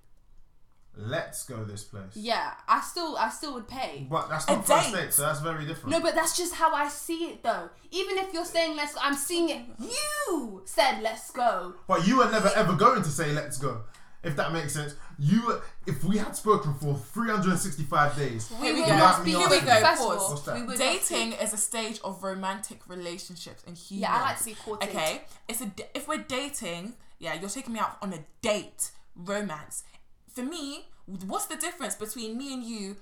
let's go this place.
Yeah, I still, I still would pay.
But that's
A
not first
date.
date, so that's very different.
No, but that's just how I see it, though. Even if you're saying let's, I'm seeing it. You said let's go.
But you were never ever going to say let's go, if that makes sense. You, were- if we had spoken for 365 days,
Here we
would
go.
not
Here
be-
we go.
First of
Pause.
all,
What's that?
we would not be-
dating is a stage of romantic relationships and humans.
Yeah, I like to be courted.
Okay, it's a d- if we're dating, yeah, you're taking me out on a date, romance. For me, what's the difference between me and you,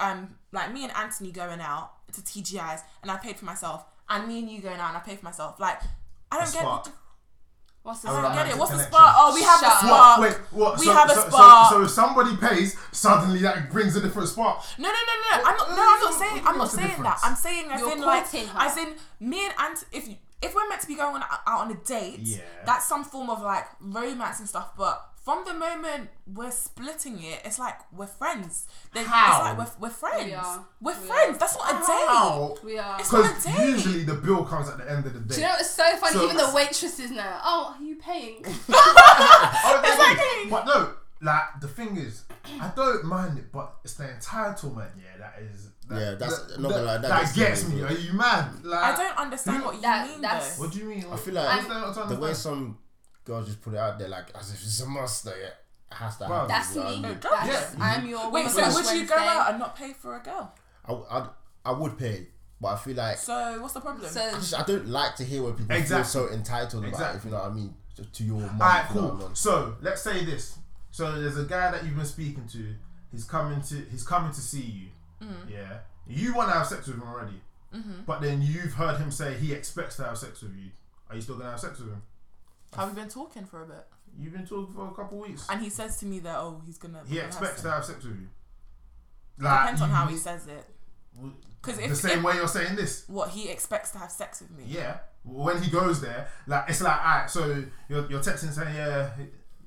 um, like me and Anthony going out to TGI's and I paid for myself, and me and you going out and I paid for myself? Like, I don't get.
spark.
the diff-
What's the
I would
second?
like-
Get it? What's the
Connection.
spark? Oh, we have
Shut
a
up.
spark.
Wait, what?
We
so,
have a
so,
spark.
So, so if somebody pays, suddenly that brings a different spark.
No, no, no, no. no. I'm not. No,
Uh,
I'm not saying. I'm not
what's the
saying that.
difference?
I'm saying as
You're
in like
courting her.
as in me and Ant. If you, if we're meant to be going on, out on a date,
Yeah.
that's some form of like romance and stuff. But from the moment we're splitting it, it's like we're friends. Then
How?
It's like we're, we're friends.
We
We
are.
are.
We
friends.
are.
That's not a date.
How?
We are.
It's not
Because
a date.
usually the bill comes at the end of the day.
Do you know it's so funny?
So-
Even the waitresses know. Oh, are you paying?
Oh, that's
Exactly.
it. But no, like the thing is, I don't mind it, but it's the entitlement. Yeah, that is. That,
Yeah, that's-
that,
not gonna lie, that gets
gets
me.
me. Are you mad?
I
Like,
don't understand what you
That-
mean
that's-
though.
Uh, What do you mean?
I feel like the way
some.
some girls just put it out there, like as if it's a must, like, it has to
Bro.
happen.
That's
you know what
me.
I, mean?
That's,
Yeah.
I'm your
Wait,
woman
so
on
would you go
Wednesday.
out and not pay for a girl?
I, I'd- I would pay, but I feel like
So what's the problem?
I,
So
just, I don't like to hear when people
Exactly.
feel so entitled about it, if
Exactly.
you know what I mean, to, to your money.
Alright,
you know what I
cool.
mean?
So let's say this. So there's a guy that you've been speaking to. He's coming to. He's coming to see you.
Mm-hmm.
Yeah. You want to have sex with him already, but then you've heard him say he expects to have sex with you. Are you still gonna have sex with him?
Have we been talking for a bit?
You've been talking for a couple weeks.
And he says to me that oh he's gonna.
He
we're gonna have
expects
sex.
to have sex with you.
Depends on
you-
how he says it. Because
the
if,
same
if
way you're saying this.
what he expects to have sex with me.
Yeah. When he goes there, like it's like, alright, so you're, you're texting saying, yeah,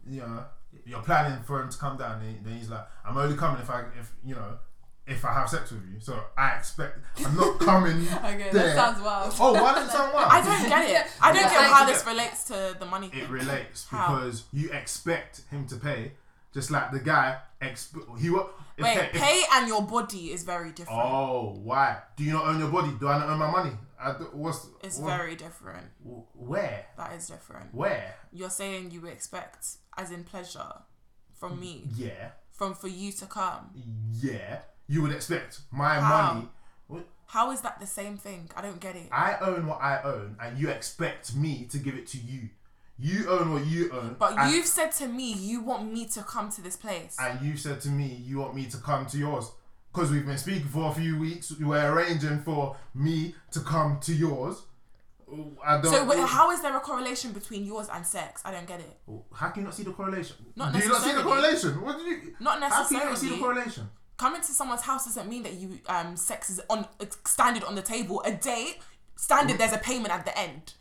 you know, you're planning for him to come down. And then he's like, I'm only coming if I, if you know, if I have sex with you. So I expect I'm not coming.
okay,
there.
that sounds wild.
Oh, why does it sound wild?
I don't get it. I don't
Yeah.
get how
Yeah.
this relates to the money.
It
thing.
relates
How?
because you expect him to pay, just like the guy. Exp- he wa- if-
Wait,
if-
pay and your body is very different.
Oh, why? Do you not own your body? Do I not own my money? I d- what's
It's
what-
very different.
w- where
That is different.
where
You're saying you expect, as in pleasure, from me,
yeah
from for you to come.
yeah you would expect my
How?
money. What?
How is that the same thing? I don't get it.
I own what I own, and you expect me to give it to you. You own what you own,
But
and,
you've said to me you want me to come to this place.
and you said to me you want me to come to yours because we've been speaking for a few weeks. You were arranging for me to come to yours. I don't.
So wh- how is there a correlation between yours and sex? I don't get it.
How can you not see the correlation?
Not
Do you not see the
necessarily.
correlation? What do you?
Not
How can you not see the
necessarily.
correlation?
Coming to someone's house doesn't mean that you um sex is on standard on the table. A date standard, there's a payment at the end.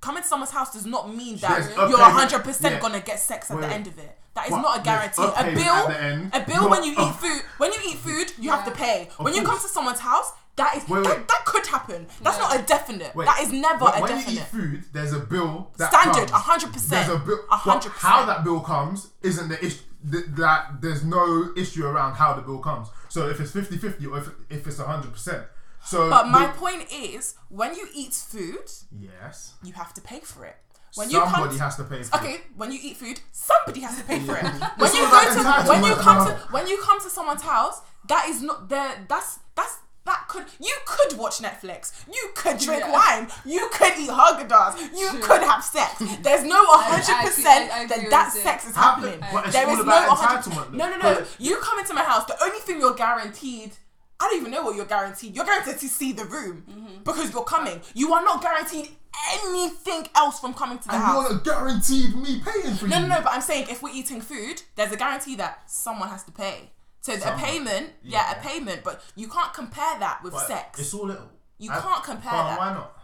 Coming to someone's house does not mean that
There's a
you're
payment.
hundred percent
Yeah.
gonna get sex at
Wait.
the end of it. That is
But
not a
there's
guarantee.
a
A
payment at the
bill,
end,
a bill when
not
you
a-
eat food. When you eat food, you have to
Yeah.
pay. When you come
course.
to someone's house, that is
Wait,
that,
wait.
that could happen. That's
Yeah.
not a definite.
Wait,
that is never
when-
a
when
definite.
you eat food, there's a bill. That
Standard,
comes.
a hundred percent.
There's a bill.
A
but
hundred percent.
How that bill comes isn't the issue. Th- that there's no issue around how the bill comes. So if it's 50-50 or if, if it's hundred percent. So
But my
the-
point is, when you eat food,
yes,
you have to pay for it. When you come
somebody
to,
has to pay. For
okay, when you eat food, somebody has to pay for it. When
It's
you
all
go
about
to when you
entitlement,
come to
man.
when you come to someone's house, that is not there. That's that's. That could you could watch Netflix, you could drink
Yeah.
wine, you could eat Haagen-Dazs, you
True.
could have sex. There's no hundred percent
I- I
that
agree
that
with
sex is
Have
happening.
it, but it's
There
all
is no
about
100
entitlement,
No, no,
though.
no.
But-
You come into my house. The only thing you're guaranteed. I don't even know what you're guaranteed. You're guaranteed to see the room
Mm-hmm.
because you're coming. You are not guaranteed anything else from coming to the
And
house.
you're not guaranteed me paying for
Uh, No,
you.
no, no. But I'm saying if we're eating food, there's a guarantee that someone has to pay. So a
Someone.
payment, yeah,
Yeah.
a payment. But you can't compare that with
But
sex
It's all. Little.
You can't compare
But
that.
Why not?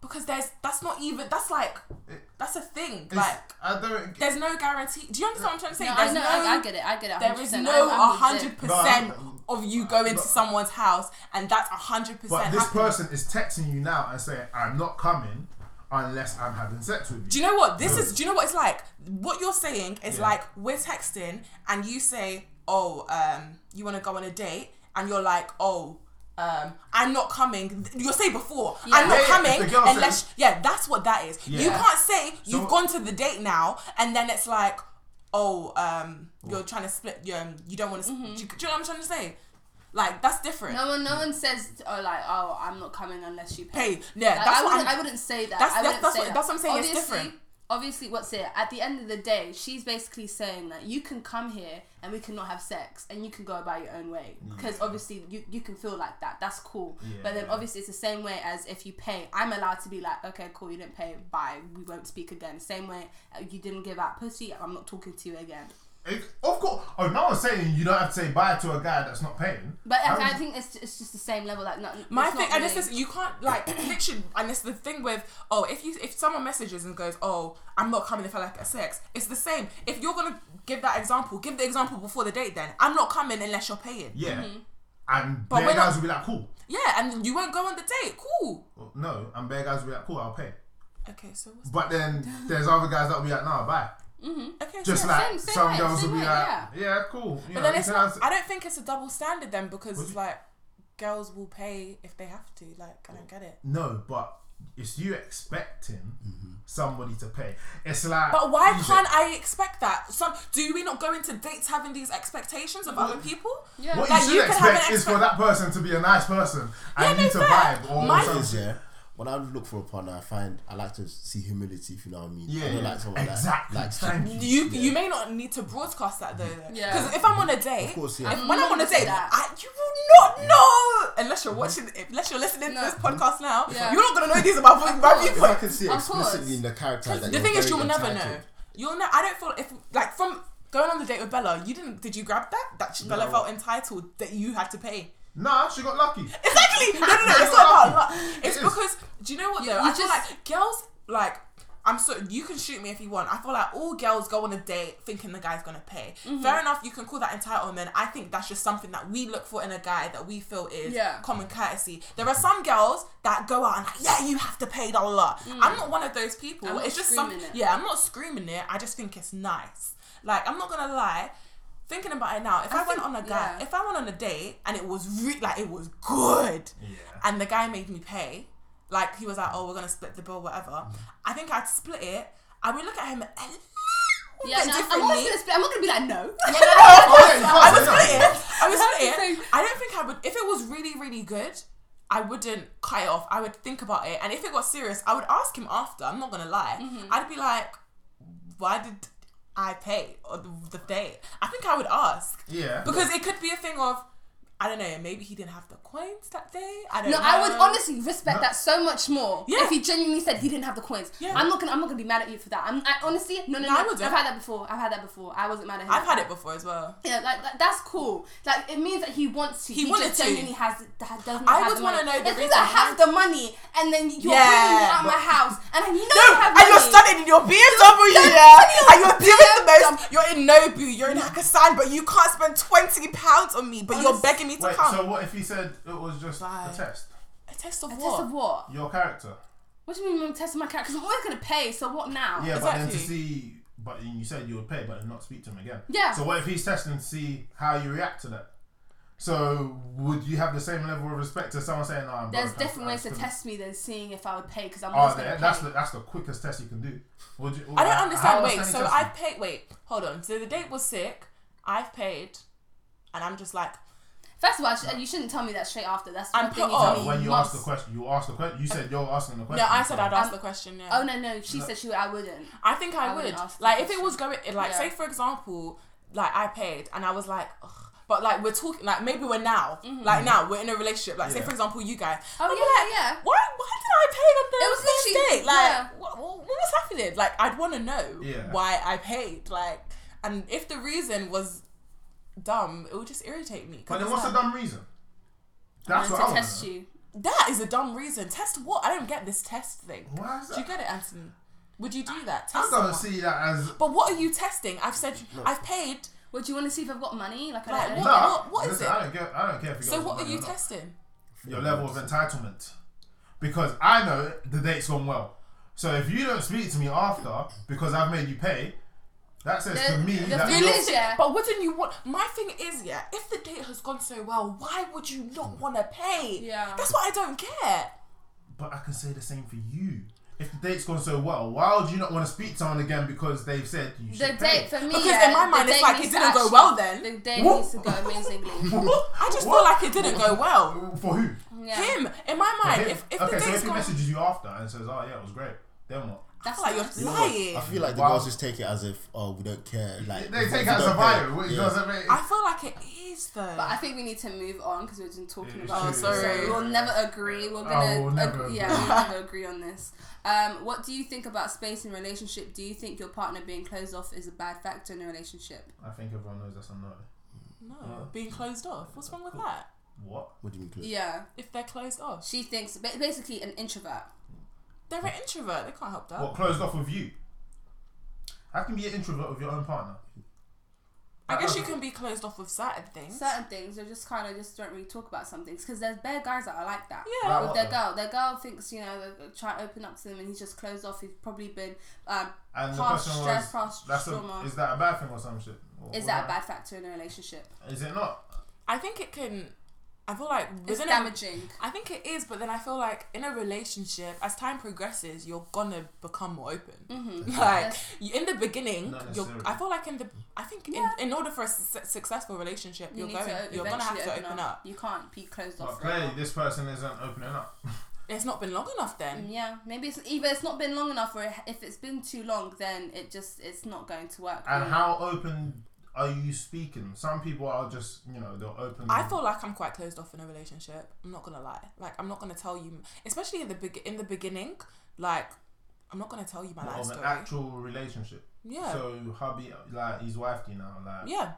because there's that's not even that's like
It-
that's a thing.
It's-
Like
I don't.
there's no guarantee. Do you understand what I'm trying to say?
No, I
there's
know. I, I get it. I get it. 100%.
There is
I-
no
I'm with
hundred
it.
percent
No, I-
of you going to
but-
someone's house and that's hundred
But
percent.
this person is texting you now and saying, "I'm not coming unless I'm having sex with you."
Do you know what this
No.
is? Do you know what it's like? What you're saying is
Yeah.
like we're texting and you say, "Oh, um, you want to go on a date," and you're like, "Oh." Um, I'm not coming. You'll say before I'm
Yeah,
not
yeah, if the
coming
girl
unless
says-
yeah. That's what that is. You
Yeah.
can't say you've
So-
gone to the date now and then it's like, oh, um, you're trying to split. You, um, you don't want to.
Mm-hmm.
Do, you, do you know what I'm trying to say? Like that's different.
No one, no one says, "Oh, like, oh, I'm not coming unless you pay."
Hey, yeah,
Like,
that's
I,
what
wouldn't,
I'm-
I wouldn't say that.
That's-
I wouldn't
that's-
say
that's
that.
what- that's what I'm saying, it's
Obviously,
different.
Obviously, what's it? At the end of the day, she's basically saying that you can come here and we cannot have sex, and you can go about your own way because obviously you, you can feel like that. That's cool.
Yeah.
but then obviously it's the same way as if you pay. I'm allowed to be like, okay, cool, you didn't pay. Bye. We won't speak again. Same way uh, you didn't give out pussy. I'm not talking to you again.
If, of course. Oh, now I'm saying you don't have to say bye to a guy that's not paying.
But I,
How
I
is-
think it's it's just the same level. Like, not,
My
it's
thing,
not
and this
really-
is you can't like literally, and it's the thing with oh, if you if someone messages and goes oh, I'm not coming if I like sex, it's the same. If you're gonna give that example, give the example before the date. Then I'm not coming unless you're paying. Yeah,
yeah. And
Mm-hmm. But
their
we're
guys
not-
will be like, "Cool."
and you won't go on the date. Cool.
Well, no, and their guys will be like, "Cool, I'll pay."
Okay, so what's
But then there's other guys that will be like, "Nah, bye."
okay,
Just
so-
like
same- same
some
way,
girls
same
will be
way,
like,
yeah.
"Yeah, cool." You
but
know,
then it's
you
not.
can-
I don't think it's a double standard then because
What
it's
do
like girls will pay if they have to. Like I don't get it.
no, but it's you expecting
Mm-hmm.
somebody to pay. It's like,
But why
you
can't I expect that? Some do we not go into dates having these expectations of other people?
Yeah.
What
Like,
you
you
should
could have
expect
an
is for
expect-
that person to be a nice person and
no,
you to
fair.
vibe or
My-
It
something.
is, yeah. When I look for a partner, I find I like to see humility. If you know what I mean.
Yeah,
I don't
yeah.
like someone
exactly.
That, likes to-
Thank you.
You you may not need to broadcast that though. Because
Yeah.
if I'm on a date,
Of course, yeah.
if- when I'm on a
None of
date,
that.
I, you will not know unless
Mm-hmm.
you're watching, unless you're listening
No.
to this podcast now.
Yeah.
You're not gonna know these about my
If I
viewpoint.
can see
Of course.
explicitly in the character that
The
you're
thing is,
very
you'll never know.
entitled.
You'll know. I don't feel if like from going on the date with Bella, you didn't. Did you grab that? That she, Bella felt entitled that you had to pay.
Nah, she got lucky.
Exactly. No, no, no. It's not about luck. It's
It is.
because do you know what
You-
though?
you
I feel
just-
like girls like. I'm so you can shoot me if you want. I feel like all girls go on a date thinking the guy's gonna pay.
Mm-hmm.
Fair enough, you can call that entitlement. I think that's just something that we look for in a guy that we feel is
Yeah.
common courtesy. There are some girls that go out and like, yeah, you have to pay the lot. I'm not one of those people.
Mm. I'm not
it's just some,
screaming it.
yeah, I'm not screaming it. I just think it's nice. Like I'm not gonna lie. Thinking about it now, if I,
I
went
think-
on a guy,
yeah.
if I went on a date and it was re- like it was good,
Yeah.
and the guy made me pay. Like he was like, "Oh, we're gonna split the bill, whatever." I think I'd split it. I would look at him a little
Yeah,
bit
no, I'm, not
differently.
gonna, split- I'm not gonna be like no.
Oh, yeah, you can't
I
say
would
that.
split it. I would
That's
split
the
it. I don't think I would. If it was really, really good, I wouldn't cut it off. I would think about it, and if it got serious, I would ask him after. I'm not gonna lie.
Mm-hmm.
I'd be like, "Why did I pay on the, the date?" I think I would ask
Yeah.
because it could be a thing of. I don't know. Maybe he didn't have the coins that day. I don't
No,
know.
I would honestly respect that so much more
Um, Yeah.
if he genuinely said he didn't have the coins.
Yeah.
I'm not gonna, I'm not gonna be mad at you for that. I'm, I honestly, no, no,
No,
no.
I
I've
wouldn't.
had that before. I've had that before. I wasn't mad at him.
I've had it before as well.
Yeah, like, like that's cool. Like it means that he wants to.
He
He,
wanted
just
to.
genuinely has that doesn't.
I
have
would
the
wanna
money.
know the
if you
reason
don't have the money and then you're
Yeah,
bringing me out
but-
my house and you know you have
and
money.
you're stunning in your BMW, yeah, and you're doing the most. You're in Nobu, you're in Hakusan, but you can't spend twenty pounds on me. But you're
Honest-
begging me to
Wait,
come.
so what if he said it was just
Bye.
a test?
a test of
A
what?
test of what?
Your character.
What do you mean I'm testing my character? 'Cause I'm always gonna pay. So what now?
Yeah, but then to
Exactly.
see, but you said you would pay, but not speak to him again.
Yeah.
So what if he's testing to see how you react to that? So would you have the same level of respect to someone saying, "No, I'm
There's
broke, I-
different
I
ways to
couldn't."
test me than seeing if I would pay because I'm
Oh,
always
that-
gonna
that's
pay.
the that's the quickest test you can do. Would you,
I don't
how-
understand.
how else
Wait,
can he
so
test
I
you?
paid. Wait, hold on. So the date was sick. I've paid, and I'm just like,
First of all, I sh- you shouldn't tell me that straight after. That's
I'm
one thing
put
you
off.
tell
No,
me.
when you
months-
asked the question, you asked the question. You said you're asking the
no,
question.
I said I'd ask
Um,
the question. Yeah.
Oh no, no, she said she I wouldn't.
I think I,
I
would.
wouldn't ask the
Like, if it
question.
was going, like,
Yeah.
say for example, like I paid and I was like, Ugh. but like we're talking, like maybe we're now, like now we're in a relationship. Like, say
Yeah.
for example, you guys.
Mm-hmm. Oh,
I'd be
yeah,
like,
yeah.
Why? Why did I pay on the
It was
first
literally-
date? Like,
yeah.
what, what what was happening? Like, I'd want to know
Yeah.
why I paid. Like, and if the reason was dumb, it would just irritate me. 'Cause
But then
it's
what's the
like,
dumb reason? That's
to
what I want
test
to know.
you.
That is a dumb reason. Test what? I don't get this test thing.
Why is
Do you
that?
get it, Anthony? Would you do that? Test
I'm
someone.
gonna see that as
But what are you testing? I've said I've paid.
Would you want to see if I've got money? Like,
Like,
I don't
no.
know.
What- what is
listen,
it?
I don't care. I don't care if you
So
got
what are
money
you
or not.
testing?
your level of entitlement. Because I know the date's gone well. So if you don't speak to me after because I've made you pay, that says to
The-
me
the
that
feeling-
you're-
Listen,
yeah.
But wouldn't you want? My thing is, yeah, if the date has gone so well, why would you
Mm.
not want to pay?
Yeah.
That's what I don't get.
But I can say the same for you. If the date's gone so well, why would you not want to speak to someone again because they've said you
The
should
date for me.
Because
yeah,
in my
the
mind, it's
date
like it
needs to
didn't go
actually-
well then.
The date
What?
needs to go amazingly.
I just
What?
feel like it didn't go well.
pay? For who?
Yeah.
Him, in my mind,
Him.
if, if
okay,
the
so
date's
if he
gone,
messages you after and says, "Oh yeah, it was great," then what?
I
That's
feel like
You
you're
know what?
lying.
I feel like the
Wow.
girls just take it as if oh we don't care. Like
They
if
take
you
it as a
don't
bio,
pay-
which
yeah.
doesn't make.
I feel like it is though.
But I think we need to move on because we've been talking
Yeah,
about.
Oh,
this.
sorry.
We'll never agree. We're gonna.
Oh, we'll never
agree.
agree.
Yeah, we'll never agree on this. Um, what do you think about space in relationship? Do you think your partner being closed off is a bad factor in a relationship?
I think everyone knows that's a no.
no,
Uh.
being closed off. What's wrong with that?
What?
What do you mean? Chloe?
Yeah,
If they're closed off,
she thinks ba- basically an introvert.
they're an introvert. They can't help that.
What closed off with you? How can you be an introvert with your own partner?
I
Uh-uh.
guess you can be closed off with certain things.
Certain things they just kind of just don't really talk about some things because there's bare guys that are like that.
Yeah.
Like
With
what
their
though?
girl, their girl thinks you know they- they try to open up to them and he's just closed off. He's probably been um,
And the
past
question
stress,
was,
past
that's
trauma.
a, is that a bad thing or some shit? Or
is
was
that a bad factor in a relationship?
Is it not?
I think it can. I feel like
It's
within a,
damaging.
I think it is, but then I feel like in a relationship, as time progresses, you're gonna become more open.
Mm-hmm.
Like
Yes.
you, in the beginning,
Not
you're.
necessarily.
I feel like in the. I think
Yeah.
in, in order for a su- successful relationship,
You
you're
need
going.
to
you're gonna have
eventually
to open up.
You can't be closed
But
off. for a
clearly,
while.
this person isn't opening up.
It's not been long enough then.
Mm, Yeah, maybe it's either it's not been long enough, or if it's been too long, then it just it's not going to work. Mm.
And
really.
how open are you speaking? Some people are just, you know, they're open.
I feel like I'm quite closed off in a relationship. I'm not gonna lie. Like I'm not gonna tell you, especially in the beg in the beginning. Like I'm not gonna tell you my life
of an
story.
actual relationship.
yeah.
So hubby, like he's wifey now, like
Yeah.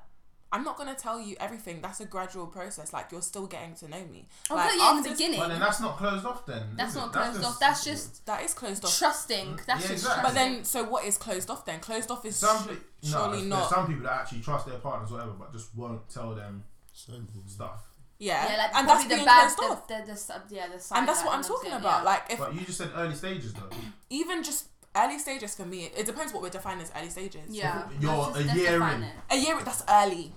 I'm not gonna tell you everything. That's a gradual process. Like you're still getting to know me.
Oh,
like,
but yeah, in
after-
the beginning,
But then that's not closed off. Then is
that's
it?
not closed
just-
off. That's just
That is closed off.
trusting. That's
Yeah,
just
exactly.
But
trusting.
then, so what is closed off then? Closed off is
some.
sh-
pe- no,
surely
there's-
not.
There's some people that actually trust their partners, whatever, but just won't tell them
So,
stuff.
yeah.
yeah, like
and that's
probably
being
the bad,
closed off.
the, the, the, sub- yeah, the side
and that's
that
what I'm
one's
talking
in,
about.
yeah.
Like if
But you just said early stages though.
even just early stages for me, it depends what we're defining as early stages.
yeah,
you're
Let's
a
just
year
define
in.
it.
A year that's early.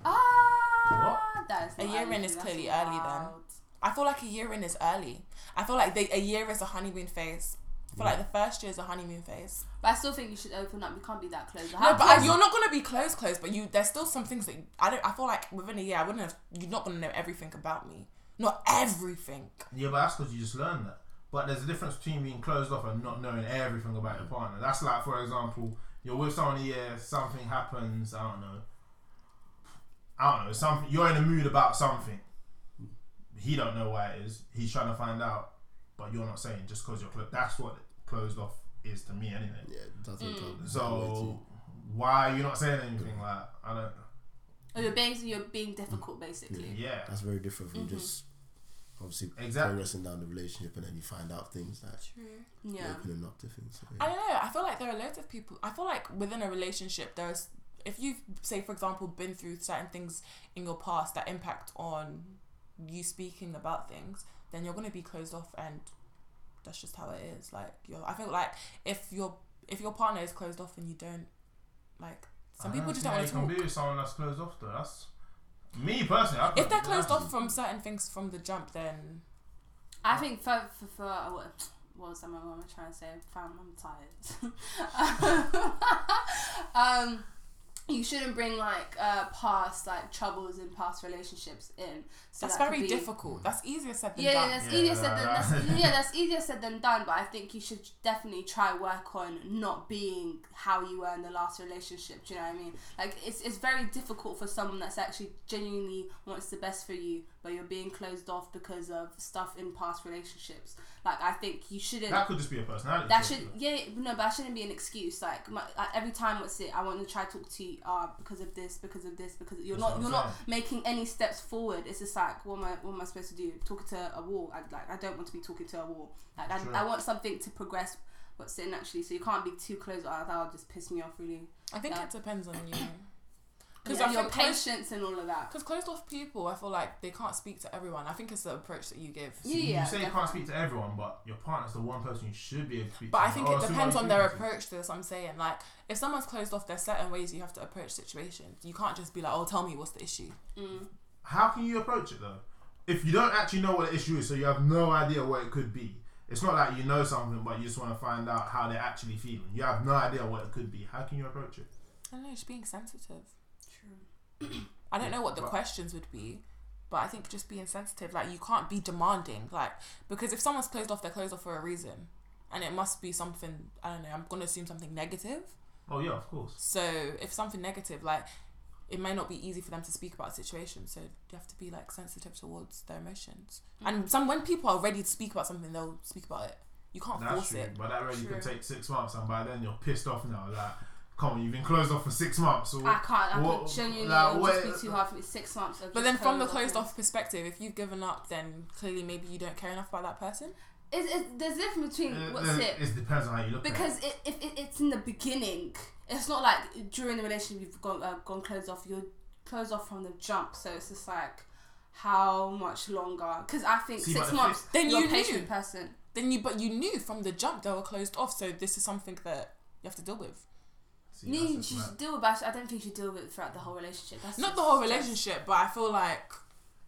Ah, that is
A
not
year
early,
in is
that's
clearly early then.
wild.
I feel like a year in is early. I feel like they, a year is a honeymoon phase. I feel like the first year is a honeymoon phase.
But I still think you should open up. You can't be that closed.
No,
How
but
close-
I- you're not gonna be close, close. But you, there's still some things that you- I don't. I feel like within a year, I wouldn't have. You're not gonna know everything about me. Not everything.
Yeah, but that's because you just learned that. But there's a difference between being closed off and not knowing everything about your partner. That's like, for example, you're with someone a year, something happens. I don't know. I don't know. Something you're in a mood about something, He don't know why it is. He's trying to find out, but you're not saying just because you're closed. That's what closed off is to me, anyway.
Yeah, it doesn't
Mm.
count.
So why are you not saying anything? Like I don't.
Or you're being you're being difficult basically.
Yeah.
that's very different from
Mm-hmm.
just obviously
Exactly.
progressing down the relationship and then you find out things that
True.
Yeah.
opening up to things. So, yeah.
I don't know. I feel like there are loads of people. I feel like within a relationship, there's if you've say for example been through certain things in your past that impact on you speaking about things, then you're gonna be closed off, and that's just how it is. Like you're. I feel like if your if your partner is closed off and you don't like some
I
people just
see
don't
how
want
you
to
can
talk.
be with someone that's closed off though. That's me personally. I
If
couldn't
they're
do
closed
that.
off from certain things from the jump, then
I think for for, for what, what was that my mum was trying to say? Fam, I'm tired. um, you shouldn't bring like uh, past like troubles and past relationships in. So
that's
that could
very
be-
difficult. That's easier said than
Yeah, yeah,
done.
that's
Yeah,
easier said
nah,
than
nah.
that's, yeah, that's easier said than done. But I think you should definitely try work on not being how you were in the last relationship. Do you know what I mean? Like it's it's very difficult for someone that's actually genuinely wants the best for you, but you're being closed off because of stuff in past relationships. Like I think you shouldn't.
That could just be a personality.
That
trait,
should yeah no, but that shouldn't be an excuse. Like my, I, every time what's it? I want to try to talk to you uh, because of this, because of this, because you're
That's what
not
I'm
you're not making any steps forward. It's just like what am I what am I supposed to do? Talking to a wall? I, like I don't want to be talking to a wall. Like I,
True.
I want something to progress. What's it naturally? So you can't be too close. Or that'll just piss me off really.
I think
Yeah.
it depends on you. Because
Because yeah, your
I think close-
patience and all of that.
Because closed off people, I feel like they can't speak to everyone. I think it's the approach that you give.
Yeah,
You
yeah.
say you can't
definitely.
speak to everyone, but your partner's the one person you should be able to speak
But
to.
Oh,
Oh,
I think
Or
it
else who
depends
are you
on their
speaking to?
approach to this. I'm saying, like, if someone's closed off, there's certain ways you have to approach situations. You can't just be like, "Oh, tell me what's the issue."
Mm.
How can you approach it though? If you don't actually know what the issue is, so you have no idea what it could be. It's not like you know something, but you just want to find out how they're actually feeling. You have no idea what it could be. How can you approach it?
I don't know, just being sensitive.
True.
I don't know what the
Right.
questions would be, but I think just being sensitive. Like, you can't be demanding. Like, because if someone's closed off, they're closed off for a reason, and it must be something. I don't know. I'm gonna assume something negative.
Oh yeah, of course.
So if something negative, like it may not be easy for them to speak about a situation, so you have to be like sensitive towards their emotions.
Mm.
And some when people are ready to speak about something, they'll speak about it. You can't
That's
force
true,
it.
but that really
True.
could take six months, and by then you're pissed off now. Like, come on, you've been closed off for six months. So
I can't. I
what-
could genuinely
like,
it would
what-
just be too hard for me. Six months. of
But
just
then from the
closed
closed off perspective, if you've given up, then clearly maybe you don't care enough about that person.
It's, it's, there's a difference between
it,
what's
it,
it
it depends on how you look at it.
because it, if it, it's in the beginning, it's not like during the relationship you've gone uh, gone closed off. You're closed off from the jump, so it's just like how much longer? Because I think
See, but
six
the
months.
thing-
Then
you're
you
a patient
knew.
person.
Then you but you knew from the jump they were closed off, so this is something that you have to deal with.
See,
You
that's
you
just mad.
should deal with. that. I don't think you should deal with it throughout the whole relationship. That's
Not
just-
the whole relationship, but I feel like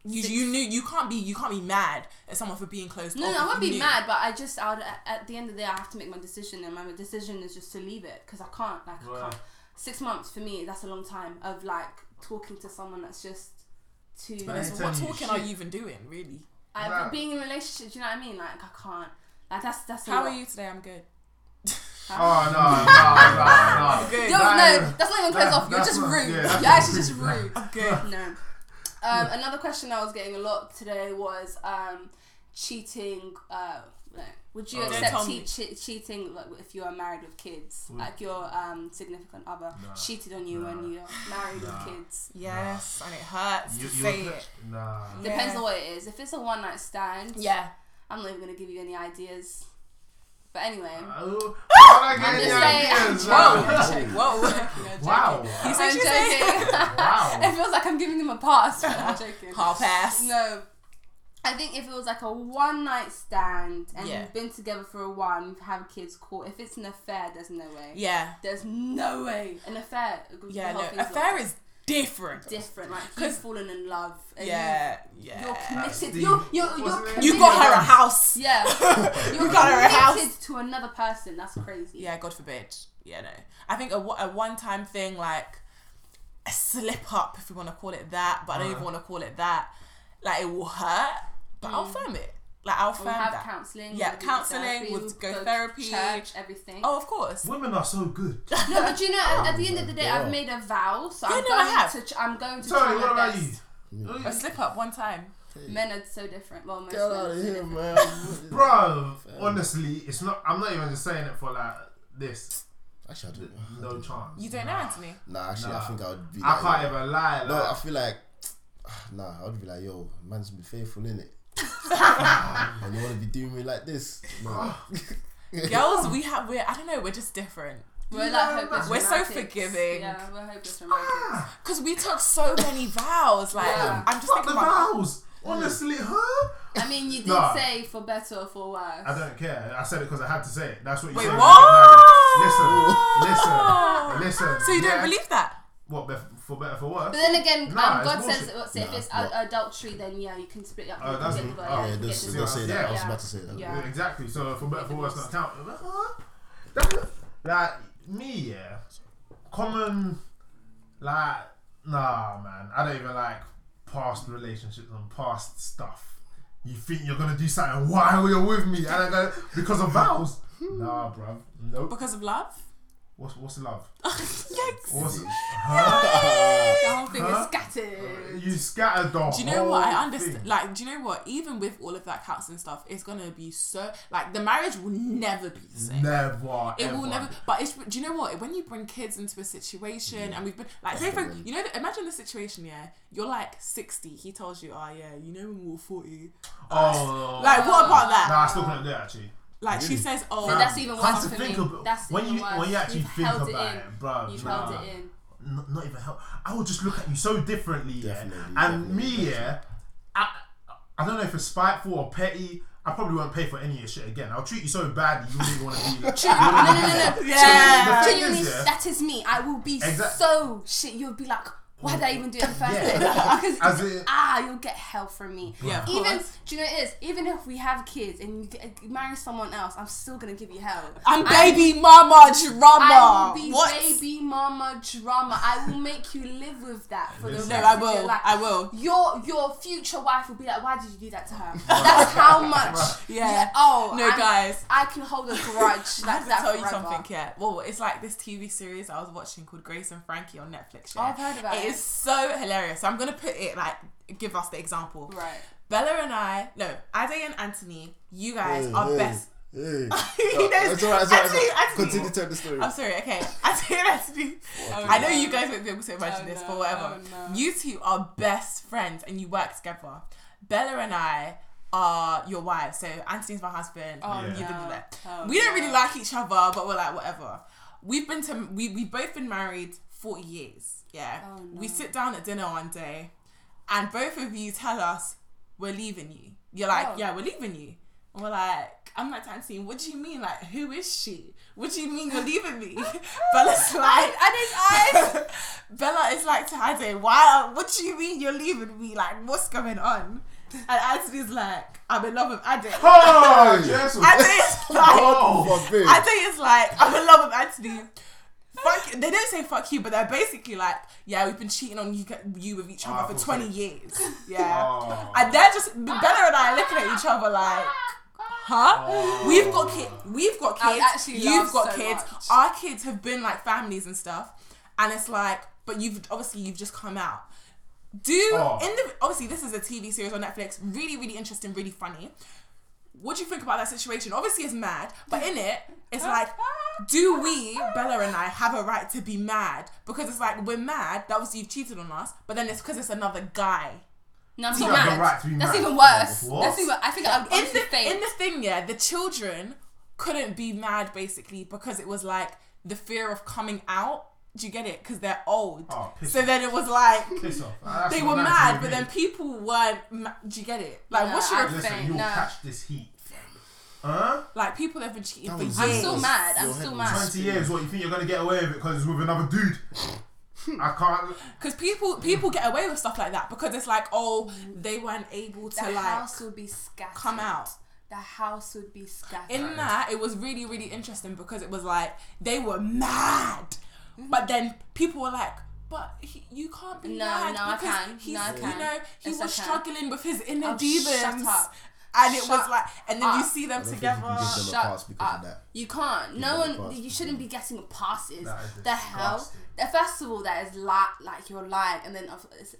you,
Six-
you knew you can't be you can't be mad at someone for being closed
No,
off.
no, I
if
won't
Oh, you
be
knew.
mad, but I just, I would, at the end of the day, I have to make my decision, and my decision is just to leave it because I can't, like, I
Well,
can't. Six months for me, that's a long time of like talking to someone that's just too.
But
I
it's-
ain't
what
telling you
talking are
shit.
you even doing, really?
I,
Nah.
but being in a relationship, do you know what I mean? Like I can't. Like that's that's. a
How
lot.
are you today? I'm good.
Oh no, Oh, no, no, no.
Good.
Yo,
Nah,
no,
yeah.
that's not even close
Nah,
off. You're
that's
just
not-
rude.
yeah, that's
You're actually
not
just
rude.
rude.
I'm good.
no. Um, another question I was getting a lot today was um, cheating. Uh, like, would you
Oh,
Don't
accept
tell
che-
me.
che- cheating like, if you are married with kids,
Would-
like your um, significant other
Nah.
cheated on you
Nah.
when you're married
Nah.
with kids?
Yes, and it hurts
You,
to
you
say
would-
it.
Nah.
Yeah.
Depends on what it is. If it's a one night stand,
Yeah.
I'm not even gonna give you any ideas. But anyway,
Oh, I don't
I'm
get
just
any
saying, I'm
ideas. man.
Whoa. Whoa.
Wow.
He's
I'm
actually saying-
joking. it
Wow.
feels like I'm giving them a pass. but I'm joking.
Hard pass.
No. I think if it was like a one night stand and
Yeah.
you've been together for a while and you've had kids cool, if it's an affair, there's no way.
Yeah.
There's no way. An affair. the
Yeah.
whole
No.
thing's
Affair
like
is different.
different. Like you've
'Cause-
fallen in love. And
Yeah.
You, you're
Yeah.
committed.
the-
You're, you're, you're
wasn't
committed.
it?
You got her a house.
Yeah. You're
You got her a house.
committed to another person. That's crazy.
Yeah. God forbid. Yeah. No. I think a, wa- a one-time thing like a slip up, if you want to call it that, but I don't even
Uh-huh.
want to call it that. Like it will hurt, but I'll firm it. Like I'll firm
We'll Mm. Oh, have
that.
counseling.
Yeah,
we'll do
counselling,
therapy,
we'll go therapy.
church, everything.
Oh, of course.
Women are so good.
No, but you know, at, at the end of the day,
Yeah.
I've made a vow, so
Yeah,
I'm
no, I
going
have.
to. Ch- I'm going to.
Tony,
try my
what about
best.
you?
A slip up one time.
Men are so different. Well, most
Get
men
out
are
of
so
here,
different.
man.
Bro, honestly, it's not. I'm not even just saying it for like this.
Actually, I don't know.
No chance.
You don't know Anthony.
Nah, actually, I
Nah.
think I would be.
I
Like,
can't even lie.
no, I
Like,
feel like. Nah, I would be like, yo, man's been faithful, innit? and you want to be doing me like this? No.
Girls, we have we're I don't know, we're just different.
We're
Yeah,
like hopeless
we're so
romantics.
forgiving.
Yeah, we're hopeless romantics.
Cause we took so many vows. Like
Yeah.
I'm just
fuck the
thinking about
vows. Honestly, huh?
I mean, you did
Nah.
say for better or for worse.
I don't care. I said it because I had to say it. That's what you
Wait,
said. when
what?
you get married. Listen, listen, listen.
So you
Yeah.
don't believe that?
what bef- for better for
But
worse?
then again,
Nah,
um,
it's
God says
bullshit.
what's it,
Nah,
if it's
no.
a- adultery, then yeah, you can split it up.
Oh,
you
that's-
can get divorced,
oh,
you
yeah,
can
don't,
get
this-
don't
divorced.
say that. I was
Yeah.
about to say that.
Yeah.
Exactly. So for better for worse, not count. Huh? That- Like me, yeah. Common, like nah, man. I don't even like past relationships and past stuff. You think you're gonna do something while you're with me, and I go because of vows. Nah, bruv. Nope.
Because of love?
What's what's love?
Yikes.
What's huh?
The whole thing
Huh?
is scattered.
You scattered the
Do you know what I understand?
Thing.
Like, do you know what? Even with all of that counts and stuff, it's gonna be so like the marriage will never be the same.
Never.
It
ever.
will never. But it's do you know what? When you bring kids into a situation, and we've been like, say for you know, imagine the situation. Yeah, you're like sixty. He tells you, oh yeah, you know when we were forty.
Oh.
Like, what about that?
Nah, I still couldn't do it actually.
Like she
Really?
says, oh,
So that's even
Come
worse
to
for
think
me.
of it,
That's
when
even
you-
worse.
when you actually
You've
think
held
about
it,
it, bruv,
You've
nah.
held it in.
N- not even help. I would just look at you so differently, yeah.
Definitely,
and
definitely,
me, yeah. I, I don't know if it's spiteful or petty. I probably won't pay for any of your shit again. I'll treat you so badly. You wouldn't want to be. Like,
No, no, no, no.
yeah.
thing
Genuinely,
is, yeah.
that is me. I will be
Exact-
so shit. You'll be like, why did I even do it in the first
Yeah.
place?
As
Because
in-
ah, you'll get hell from me.
Yeah, of
Even
course.
do you know what it is? Even if we have kids and you get, marry someone else, I'm still gonna give you hell.
I'm baby mama drama.
I will be
what?
baby mama drama. I will make you live with that for the rest
Listen.
No, I
of your
will.
life.
I will.
Your your future wife will be like, why did you do that to her? That's how much.
Yeah.
Oh
No,
I'm-
guys.
I can hold a grudge like
I have to
that
tell you
forever.
something, yeah. Well, it's like this TV series I was watching called Grace and Frankie on Netflix. Yeah.
I've heard about it.
It is so hilarious. So I'm gonna put it like give us the example.
Right.
Bella and I, no, Ade and Anthony, you guys
Hey,
are
hey,
best.
Hey.
He
No,
knows.
It's alright, it's alright. it's
Anthony,
alright.
Anthony.
Continue telling the story.
I'm sorry, okay. Ade and Anthony. I know you guys won't be able to imagine
Oh,
this,
no,
but whatever.
oh, no.
You two are best friends and you work together. Bella and I are your wives. So Anthony's my husband.
Oh,
you
Yeah.
did
no.
that.
Oh,
we don't really
no.
like each other, but we're like whatever. We've been to we we both been married forty years. Yeah.
Oh, no.
We sit down at dinner one day, and both of you tell us we're leaving you. You're like,
Oh.
yeah, we're leaving you. And we're like, I'm like Tantine, what do you mean? Like, who is she? What do you mean you're leaving me? Bella's like,
I didn't-
Bella is like to Ade, why? uh, What do you mean you're leaving me? Like, what's going on? And Anthony's like, I'm in love with Ade.
oh, Jesus.
Ade is like,
Oh,
Fuck me.
Ade is like, I'm in love with Anthony. Fuck, they don't say fuck you, but they're basically like, yeah, we've been cheating on you, you with each
Ah,
other for
for
20
fuck.
years. Yeah.
Oh.
And they're just, Bella and I are looking at each other like, huh?
Oh.
We've got kids. We've got
I
kids.
actually laughed
you've got
so
kids.
much.
Our kids have been like families and stuff, and it's like, but you've obviously you've just come out. Do
Oh.
in the obviously this is a TV series on Netflix. Really, really interesting. Really funny. What do you think about that situation? Obviously, it's mad, but in it, it's like, do we, Bella and I, have a right to be mad? Because it's like we're mad that obviously you've cheated on us, but then it's because it's another guy.
No, I'm
You
not
have the
mad.
right to be
That's
mad.
even worse.
What?
That's even. I think I would
in
honestly
the
faint.
in the thing, yeah, the children couldn't be mad basically because it was like the fear of coming out. Do you get it? Because they're old.
Oh, piss
so
off.
then it was like
Piss off. That's
they
what
were
that
mad,
to
but
me.
then people weren't. Ma- do you get it? Like,
Yeah,
what's
I-
your
listen,
Faint,
you'll
nah.
catch this heat. Huh?
like? People have been cheating for
was-
years.
I'm still mad. I'm
Your
still
head
mad.
was-
20 years, what you think you're gonna get away with it because it's with another dude? I can't.
because people people get away with stuff like that because it's like oh they weren't able to
The
like
house would be scattered.
come out.
The house would be scattered.
in that it was really really interesting because it was like they were mad but then people were like but he, you can't be
Mm-hmm. No,
mad
no, I
because
can.
he's
No, I
you
can.
know he
Yes, I
was
can."
struggling with his inner
Oh,
demons
shut up.
and it was
Shut
like and then you
up.
see them
don't think
together
you can give them a
Shut
pass because of
up.
that.
You can't.
them
No
a
one.
pass
You
because
shouldn't be getting passes.
That is
The hell.
disgusting.
That- First of all, that is li- like you're lying, and then of- it's,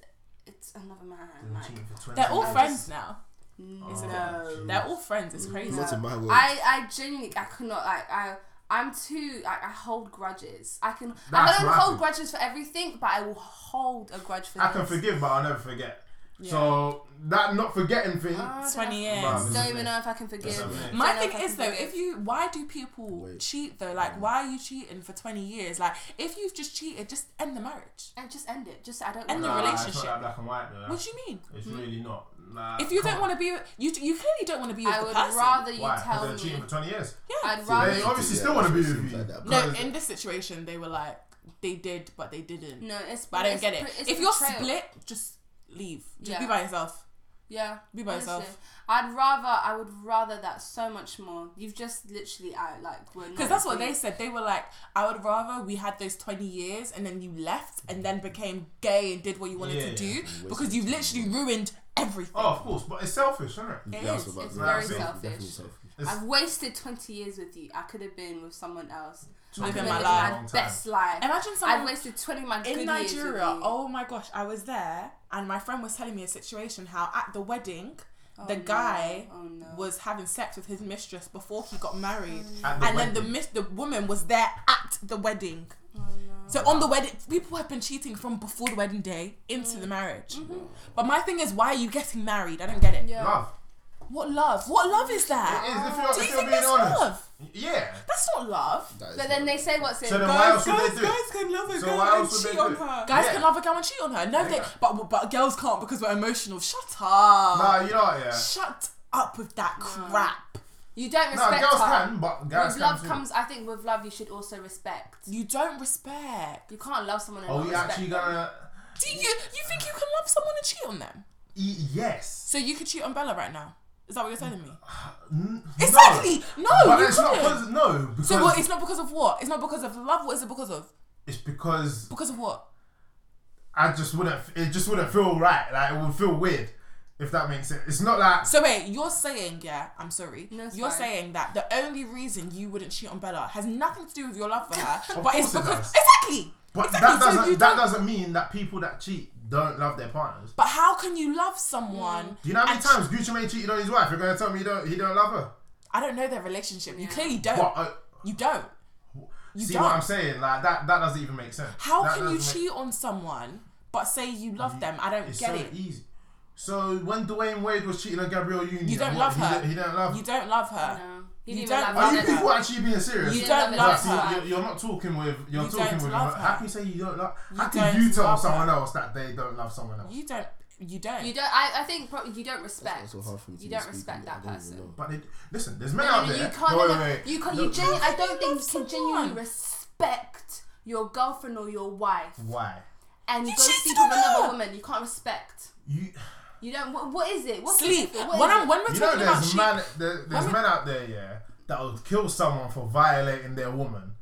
it's another man.
They've been
Like,
cheating for 20
They're all
years.
friends now.
no.
It's a
No.
bit-
They're all friends. It's crazy.
Not in my world.
I, I genuinely, I cannot, like, I, I'm too, like, I hold grudges. I can,
That's
I don't
my
hold
thing.
grudges for everything, but I will hold a grudge for
I can
this.
forgive, but I'll never forget.
Yeah. Ah,
So that not forgetting thing.
I don't-
20 years.
Mom.
Don't even know if I can forgive.
That's amazing.
Don't
My
know
thing
if I
is
can
though,
forgive.
if you why do people
Wait.
cheat though? Like why are you cheating for twenty years? Like if you've just cheated, just end the marriage.
and just end it. Just I don't.
End the
Nah,
want-
It's
relationship.
not that black and white though.
What do you mean?
It's really not. Nah,
If you don't
come
want to be, you you clearly don't want to be with
I
the
would
person.
rather
on.
you
why? Because
tell
they're cheating
me.
for twenty years.
I'd
See,
rather.
They obviously
Yeah,
still want to be
it
with
seems
you.
like that, but-
no,
Because-
in this situation, they were like they did, but they didn't.
no, it's.
but I don't
it's
get it.
pre- it's
If you're
betrayal.
split, just leave. Just be
Yeah.
by yourself.
yeah,
be by yourself.
I'd rather. I would rather that so much more. You've just literally out like we're.
Because
not
that's what they
agreeing.
said. They were like, I would rather we had those 20 years and then you left and then became gay and did what you wanted
Yeah,
to do
yeah.
because you've literally ruined everything.
Oh, of course, but it's selfish, isn't it?
It
Yeah,
is.
so about
It's
that.
very
Definitely
selfish.
selfish.
It's-
I've wasted twenty years with you. I could have been with someone else. I
Living
could
my
have
life.
lived my best life.
Imagine
I've
someone
wasted twenty of my good
in
years with
Nigeria.
you.
Oh my gosh, I was there and my friend was telling me a situation how at the wedding, the guy
Oh no.
was having sex with his mistress before he got married.
Oh,
At
and then the
wedding.
miss the woman was there at the wedding.
Oh,
So on the wedding, people have been cheating from before the wedding day into
Mm.
the marriage. But my thing is, why are you getting married? I don't get it.
Mm-hmm. Yeah.
love.
What love? What love is that?
It is, if you're,
Do you
if you're
think
being
that's
honest.
love?
Yeah.
That's not love.
That is
But then
not-
they say what's in.
So then
Go-
why else would they do? it?
can love a
So why else would they do it?
Guys
Yeah.
can love a girl and cheat on her. No, they. But but girls can't because we're emotional. Shut up.
Nah, you know what, yeah.
Shut up with that crap.
You don't
Nah,
respect
girls
her.
can, but guys
with
can
love
too.
comes, I think, with love you should also respect.
You don't respect.
You can't love someone and
Are
not
we
respect
Oh, actually
them.
gonna?
Do you you think you can love someone and cheat on them?
E- yes.
So you could cheat on Bella right now. Is that what you're telling me?
N-
Exactly.
No.
No,
But
you
it's not
couldn't.
because no, because
So what?
it's,
It's not because of what? It's not because of love. What is it because of?
because
Because of what?
I just wouldn't. It just wouldn't feel right. Like it would feel weird, if that makes sense. It's not like
So wait, you're saying yeah? I'm sorry.
No, it's
you're
fine.
saying that the only reason you wouldn't cheat on Bella has nothing to do with your love for her,
Of
but it's
course it
because
does.
exactly.
But
exactly.
that
so
doesn't
you
that
don't-
doesn't mean that people that cheat don't love their partners.
But how can you love
Mm.
someone?
Do you know how many
and-
times Gucci Mane cheated on his wife? You're gonna tell me he don't he don't love her?
I don't know their relationship. You
Yeah.
clearly don't.
But uh,
You don't. You
see
don't.
what I'm saying? Like that that doesn't even make sense.
how
That
can you
doesn't make-
cheat on someone but say you love them? I don't
It's
get
so
it.
easy. So when Dwayne Wade was cheating on Gabrielle Union,
You don't
what,
love
he
her.
don't- He don't love.
You don't love her.
No.
You
You didn't
don't
even
love
Are
love
you
her.
people actually being serious?
You
You
don't
don't
Nah,
love
love
see,
her.
you're, you're not talking with. You're
You
talking
don't
with.
love
How
her.
can you say you don't love? How
You
can
don't
you tell
love her.
someone else that they don't love someone else?
You don't. You don't.
You don't. I, I think pro- you don't respect.
That's also hard for me to
you don't
speak
respect
on.
that
I don't even
person.
know.
But they, listen, there's men
No,
out
no,
there.
you can't.
No,
no,
wait,
no,
wait.
You can't.
No,
You genu- I don't
love
think you
someone?
can genuinely respect your girlfriend or your wife
Why?
and
You
go
cheated
sleep
on
with another
her.
woman. You can't respect.
You.
You don't. What, what is it? What's the
sleep.
difference? What
When
is
I'm
it?
when we're
You know,
talking about
there's
cheat,
man, there, there's
we-
men out there, yeah, that would kill someone for violating their woman,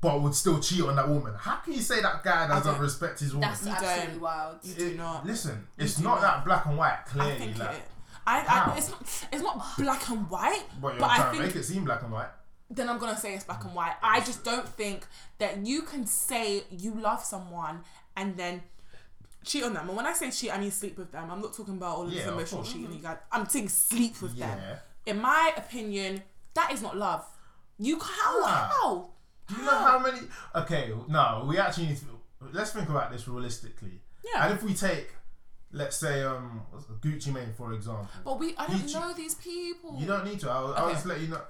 but would still cheat on that woman. How can you say that guy doesn't
don't-
respect his woman?
That's
You
absolutely
don't.
wild.
you do
It-
not.
Listen, it's
do
not,
not.
that black and white.
I
Clearly,
think
like,
it. I,
How?
I, it's not it's not black and white,
but you're
but I
trying to
think
make it seem black and white.
then I'm gonna say it's black and white. I just don't think that you can say you love someone and then cheat on them. And when I say cheat, I mean sleep with them. I'm not talking about all of this
Yeah, of
emotional
course.
cheating, you guys. I'm saying sleep with them.
Yeah.
In my opinion, that is not love. You how
Nah.
how
Do you know how many? Okay, no, we actually need to. Let's think about this realistically.
Yeah.
And if we take, let's say, um, what's- Gucci Mane for example,
but we I don't
You-
know these people.
you don't need to. I'll, I'll
Okay.
just let you know.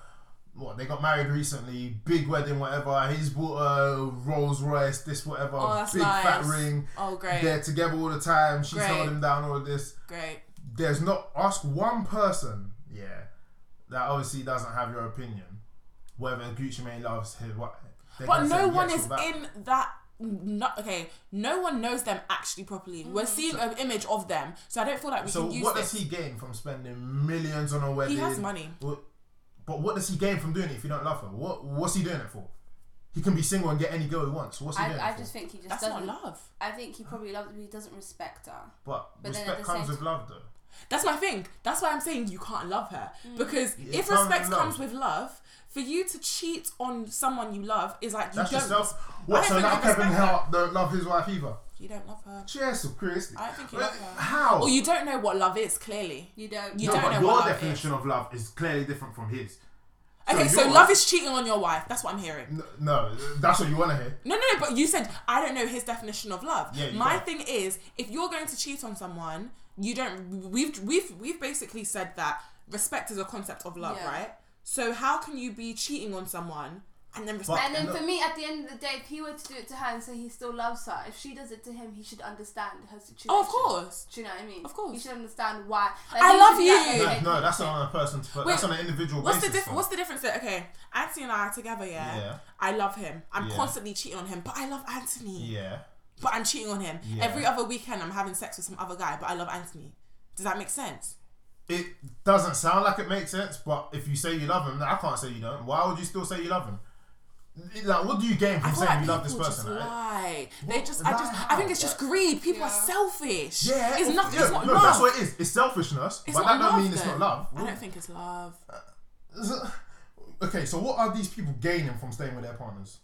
What they got married recently, big wedding, whatever. He's bought a Rolls Royce, this whatever,
Oh, that's
big
nice.
fat ring.
Oh, great.
They're together all the time. She's
Great.
holding him down. All of this.
Great.
There's not ask one person, yeah, that obviously doesn't have your opinion whether Gucci Mane loves his wife. They're
But
gonna
no
say
one
yes
is
or that.
in that. No, okay, no one knows them actually properly. We're seeing an image of them, so I don't feel like we
So
can use
what
this.
does he gain from spending millions on a wedding?
He has money.
Well, But what does he gain from doing it if you don't love her? What What's he doing it for? He can be single and get any girl he wants. What's he doing
I,
it
I
for?
just think he just
That's not
doesn't.
love.
I think he probably loves. He doesn't respect her.
but,
but then at
respect
the
comes
same
with love, though.
That's my thing. That's why I'm saying you can't love her
Mm.
because
Yeah,
if
can't
respect
love.
comes with love, for you to cheat on someone you love is like you
That's
don't.
yourself.
I
What?
don't
So
think
now
you
Kevin
respect her.
Hart don't love his wife either.
You don't love her.
Cheers to Chris.
I don't think you
But
love her.
How?
Or you don't know what love is, clearly.
You don't.
You
no,
don't
but
know
your
what love
definition of love is clearly different from his.
Okay, so
yours-
love is cheating on your wife. That's what I'm hearing.
N- No, that's what you want to hear.
No, no, no, but you said I don't know his definition of love.
Yeah, you
My
don't.
thing is, if you're going to cheat on someone, you don't. We've we've we've basically said that respect is a concept of love,
Yeah.
right? So how can you be cheating on someone and then respect?
And then
Look.
for me, at the end of the day, if he were to do it to her and say he still loves her, if she does it to him, he should understand her situation.
oh, of course.
Do you know what I mean?
Of course.
He should understand why. Like,
I
he
love
should be like,
you.
No,
okay,
no, that's not on a person. To, put-
Wait,
that's on an individual
What's the
basis.
diff-
though.
What's the difference? That, okay, Anthony and I are together. Yeah.
Yeah.
I love him. I'm
Yeah.
constantly cheating on him, but I love Anthony.
Yeah.
But I'm cheating on him
Yeah.
every other weekend. I'm having sex with some other guy, but I love Anthony. Does that make sense?
It doesn't sound like it makes sense, but if you say you love him, I can't say you don't. Why would you still say you love him? Like, what do you gain
I
from
feel
saying you
like people
love this
just
person? right?
lie. They
Well,
just, I just,
lie
I think it's just greed. People are
Yeah.
selfish.
Yeah,
it's
of-
nothing.
yeah,
it's not
no,
love.
That's what it is. It's selfishness,
It's
but
not
that don't
love,
mean it's
though.
not love.
I don't think it's love.
Okay, so what are these people gaining from staying with their partners?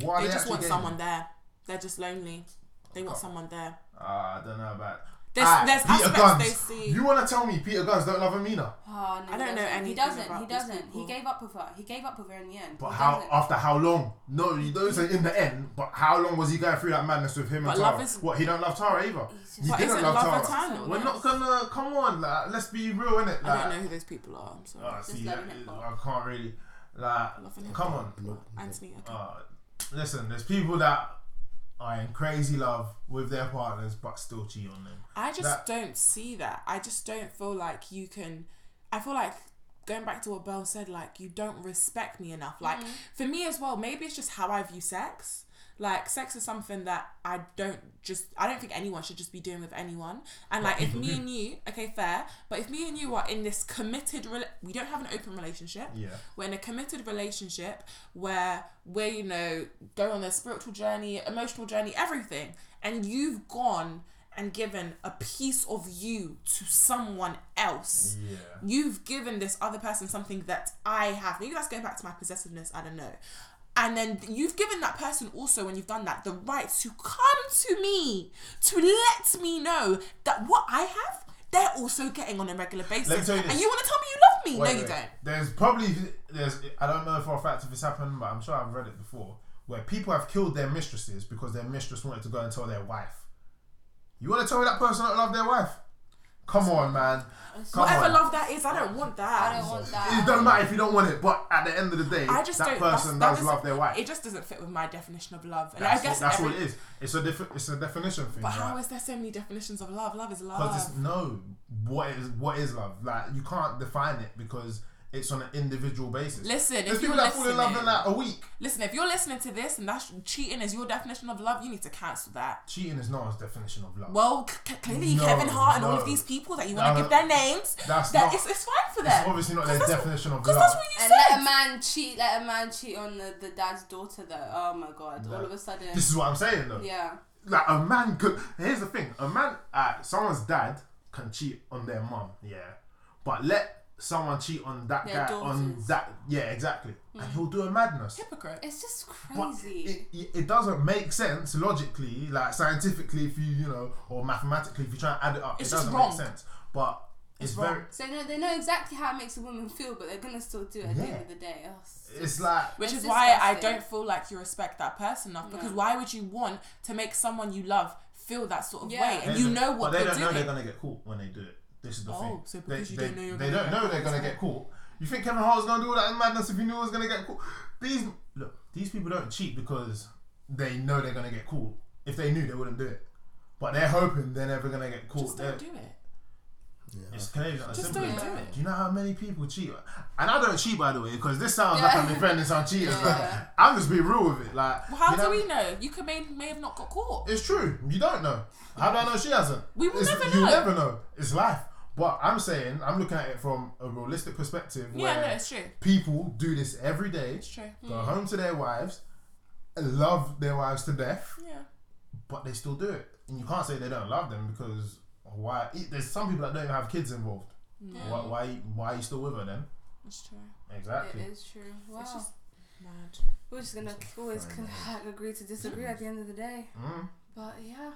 Why are
They
they
just
actually
want
gaining?
someone there. They're just lonely. They want someone there.
Ah, I don't know about.
There's-
Ah,
there's
Peter
aspects
Guns.
they see.
You want to tell me Peter Guns don't love Amina?
Oh, no,
I don't
he
know
doesn't.
anything
He doesn't.
about
he
these
doesn't. He
people.
gave up with her. He gave up with her in the end.
But
He
how?
doesn't.
After how long? No, you don't say in the end. But how long was he going through that madness with him
But
and Tara?
love is-
What he don't love Tara either.
He's
He
just-
But
didn't
isn't
love,
love
Tara.
eternal?
We're not gonna come on. Like, let's be real, innit? Like,
I don't know who those people are. I'm sorry.
ah,
Just
see,
loving
that
it,
is-
Bob.
I can't really. Like,
Loving it,
come on.
Anthony. Okay.
Uh, listen, there's people that are in crazy love with their partners but still cheat on them.
I just
that-
don't see that. I just don't feel like you can. I feel like going back to what Belle said, like you don't respect me enough. Like for me as well, maybe it's just how I view sex. Like sex is something that I don't just. I don't think anyone should just be doing with anyone. And like if me and you, okay, fair. But if me and you are in this committed, rela- we don't have an open relationship.
Yeah.
We're in a committed relationship where we're, you know, going on a spiritual journey, emotional journey, everything. And you've gone and given a piece of you to someone else.
Yeah.
You've given this other person something that I have. Maybe that's going back to my possessiveness, I don't know. And then you've given that person also, when you've done that, the right to come to me to let me know that what I have, they're also getting on a regular basis.
tell you
and
this.
you want to tell me you love me?
Wait,
no, you
wait.
don't.
There's probably there's I don't know for a fact if it's happened, but I'm sure I've read it before where people have killed their mistresses because their mistress wanted to go and tell their wife. You want to tell me that person don't love their wife? Come on, man. Come
Whatever
on.
love that is, I don't want that.
I don't want
It
that.
doesn't matter if you don't want it, but at the end of the day,
I just
that
don't. that's-
person
that
does
doesn't-
love their wife.
It just doesn't fit with my definition of love. And
that's
I
what,
guess
that's
every,
what it is. It's a diff- it's a definition thing.
But
right?
how is there so many definitions of love? Love is
Because
love.
it's no, what is what is love? Like you can't define it because it's on an individual basis.
Listen, if
there's
you're
people that fall in love in
listening-
like a week.
Listen, if you're listening to this and that's cheating is your definition of love, you need to cancel that.
Cheating is not a definition of love.
Well, c- c- clearly
No,
Kevin Hart and all
no.
of these people that you want
No,
to give their names,
that's
that
not-
it's, it's fine for them.
it's obviously not their definition of
Because
love.
that's what you
And
said.
let a man cheat. Let a man cheat on the, the dad's daughter. Though. Oh my god! All of a sudden.
This is what I'm saying though.
yeah.
Like a man could. Here's the thing: a man, uh, someone's dad can cheat on their mom. Yeah, but let someone cheat on that
Their
guy on
daughters.
that. Yeah, exactly.
Mm.
And he'll do a madness.
Hypocrite.
It's just
But
crazy.
it, it, it doesn't make sense logically, like scientifically, if you you know, or mathematically, if you try and add it up,
It's
it
just
doesn't
wrong.
make sense. But it's,
It's
very,
wrong.
so no, they know exactly how it makes a woman feel, but they're gonna still do it at the
Yeah.
end of the day. Oh, it's
it's like
Which
It's
is why I
disgusting.
don't feel like you respect that person enough. Because why would you want to make someone you love feel that sort of
Yeah.
way? And you know
but
what
they
they're
don't know
doing.
they're gonna get caught when they do it. This is the
Oh,
thing.
so
they,
because you
they,
don't know you're
they
gonna
don't
get
know they're
caught,
gonna
it's
get caught. You think Kevin Hart's gonna do all that madness if he knew he was gonna get caught? These look, these people don't cheat because they know they're gonna get caught. If they knew, they wouldn't do it. But they're hoping they're never gonna get caught.
Just
They're-
don't do it.
It's crazy. Like,
Just
simple
don't
as
do
that.
it.
Do you know how many people cheat? And I don't cheat, by the way, because this sounds like I'm
Yeah.
defending some cheaters. but
Yeah.
I'm just being real with it. Like,
Well, how
you
do
know-
we know? You could may, may have not got caught.
It's true. You don't know. How do I know she hasn't?
We will
It's-
never
You
know.
never know. It's life. But I'm saying, I'm looking at it from a realistic perspective
Yeah, no,
where
it's true.
people do this every day,
It's true. Mm.
go home to their wives, love their wives to death,
Yeah.
but they still do it. And you can't say they don't love them because why? There's some people that don't even have kids involved. Why,
Mm.
why, why are you still with her then?
It's true.
Exactly.
It is true. Wow.
It's just mad.
We're just gonna always con- agree to disagree at the end of the day.
Mm.
But yeah,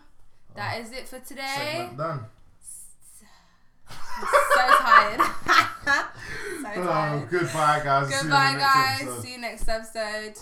that is it for today.
Uh, Segment done.
so tired. so
Oh,
tired.
goodbye, guys. Oh, See you in the
Goodbye,
next
guys.
episode.
See you next episode.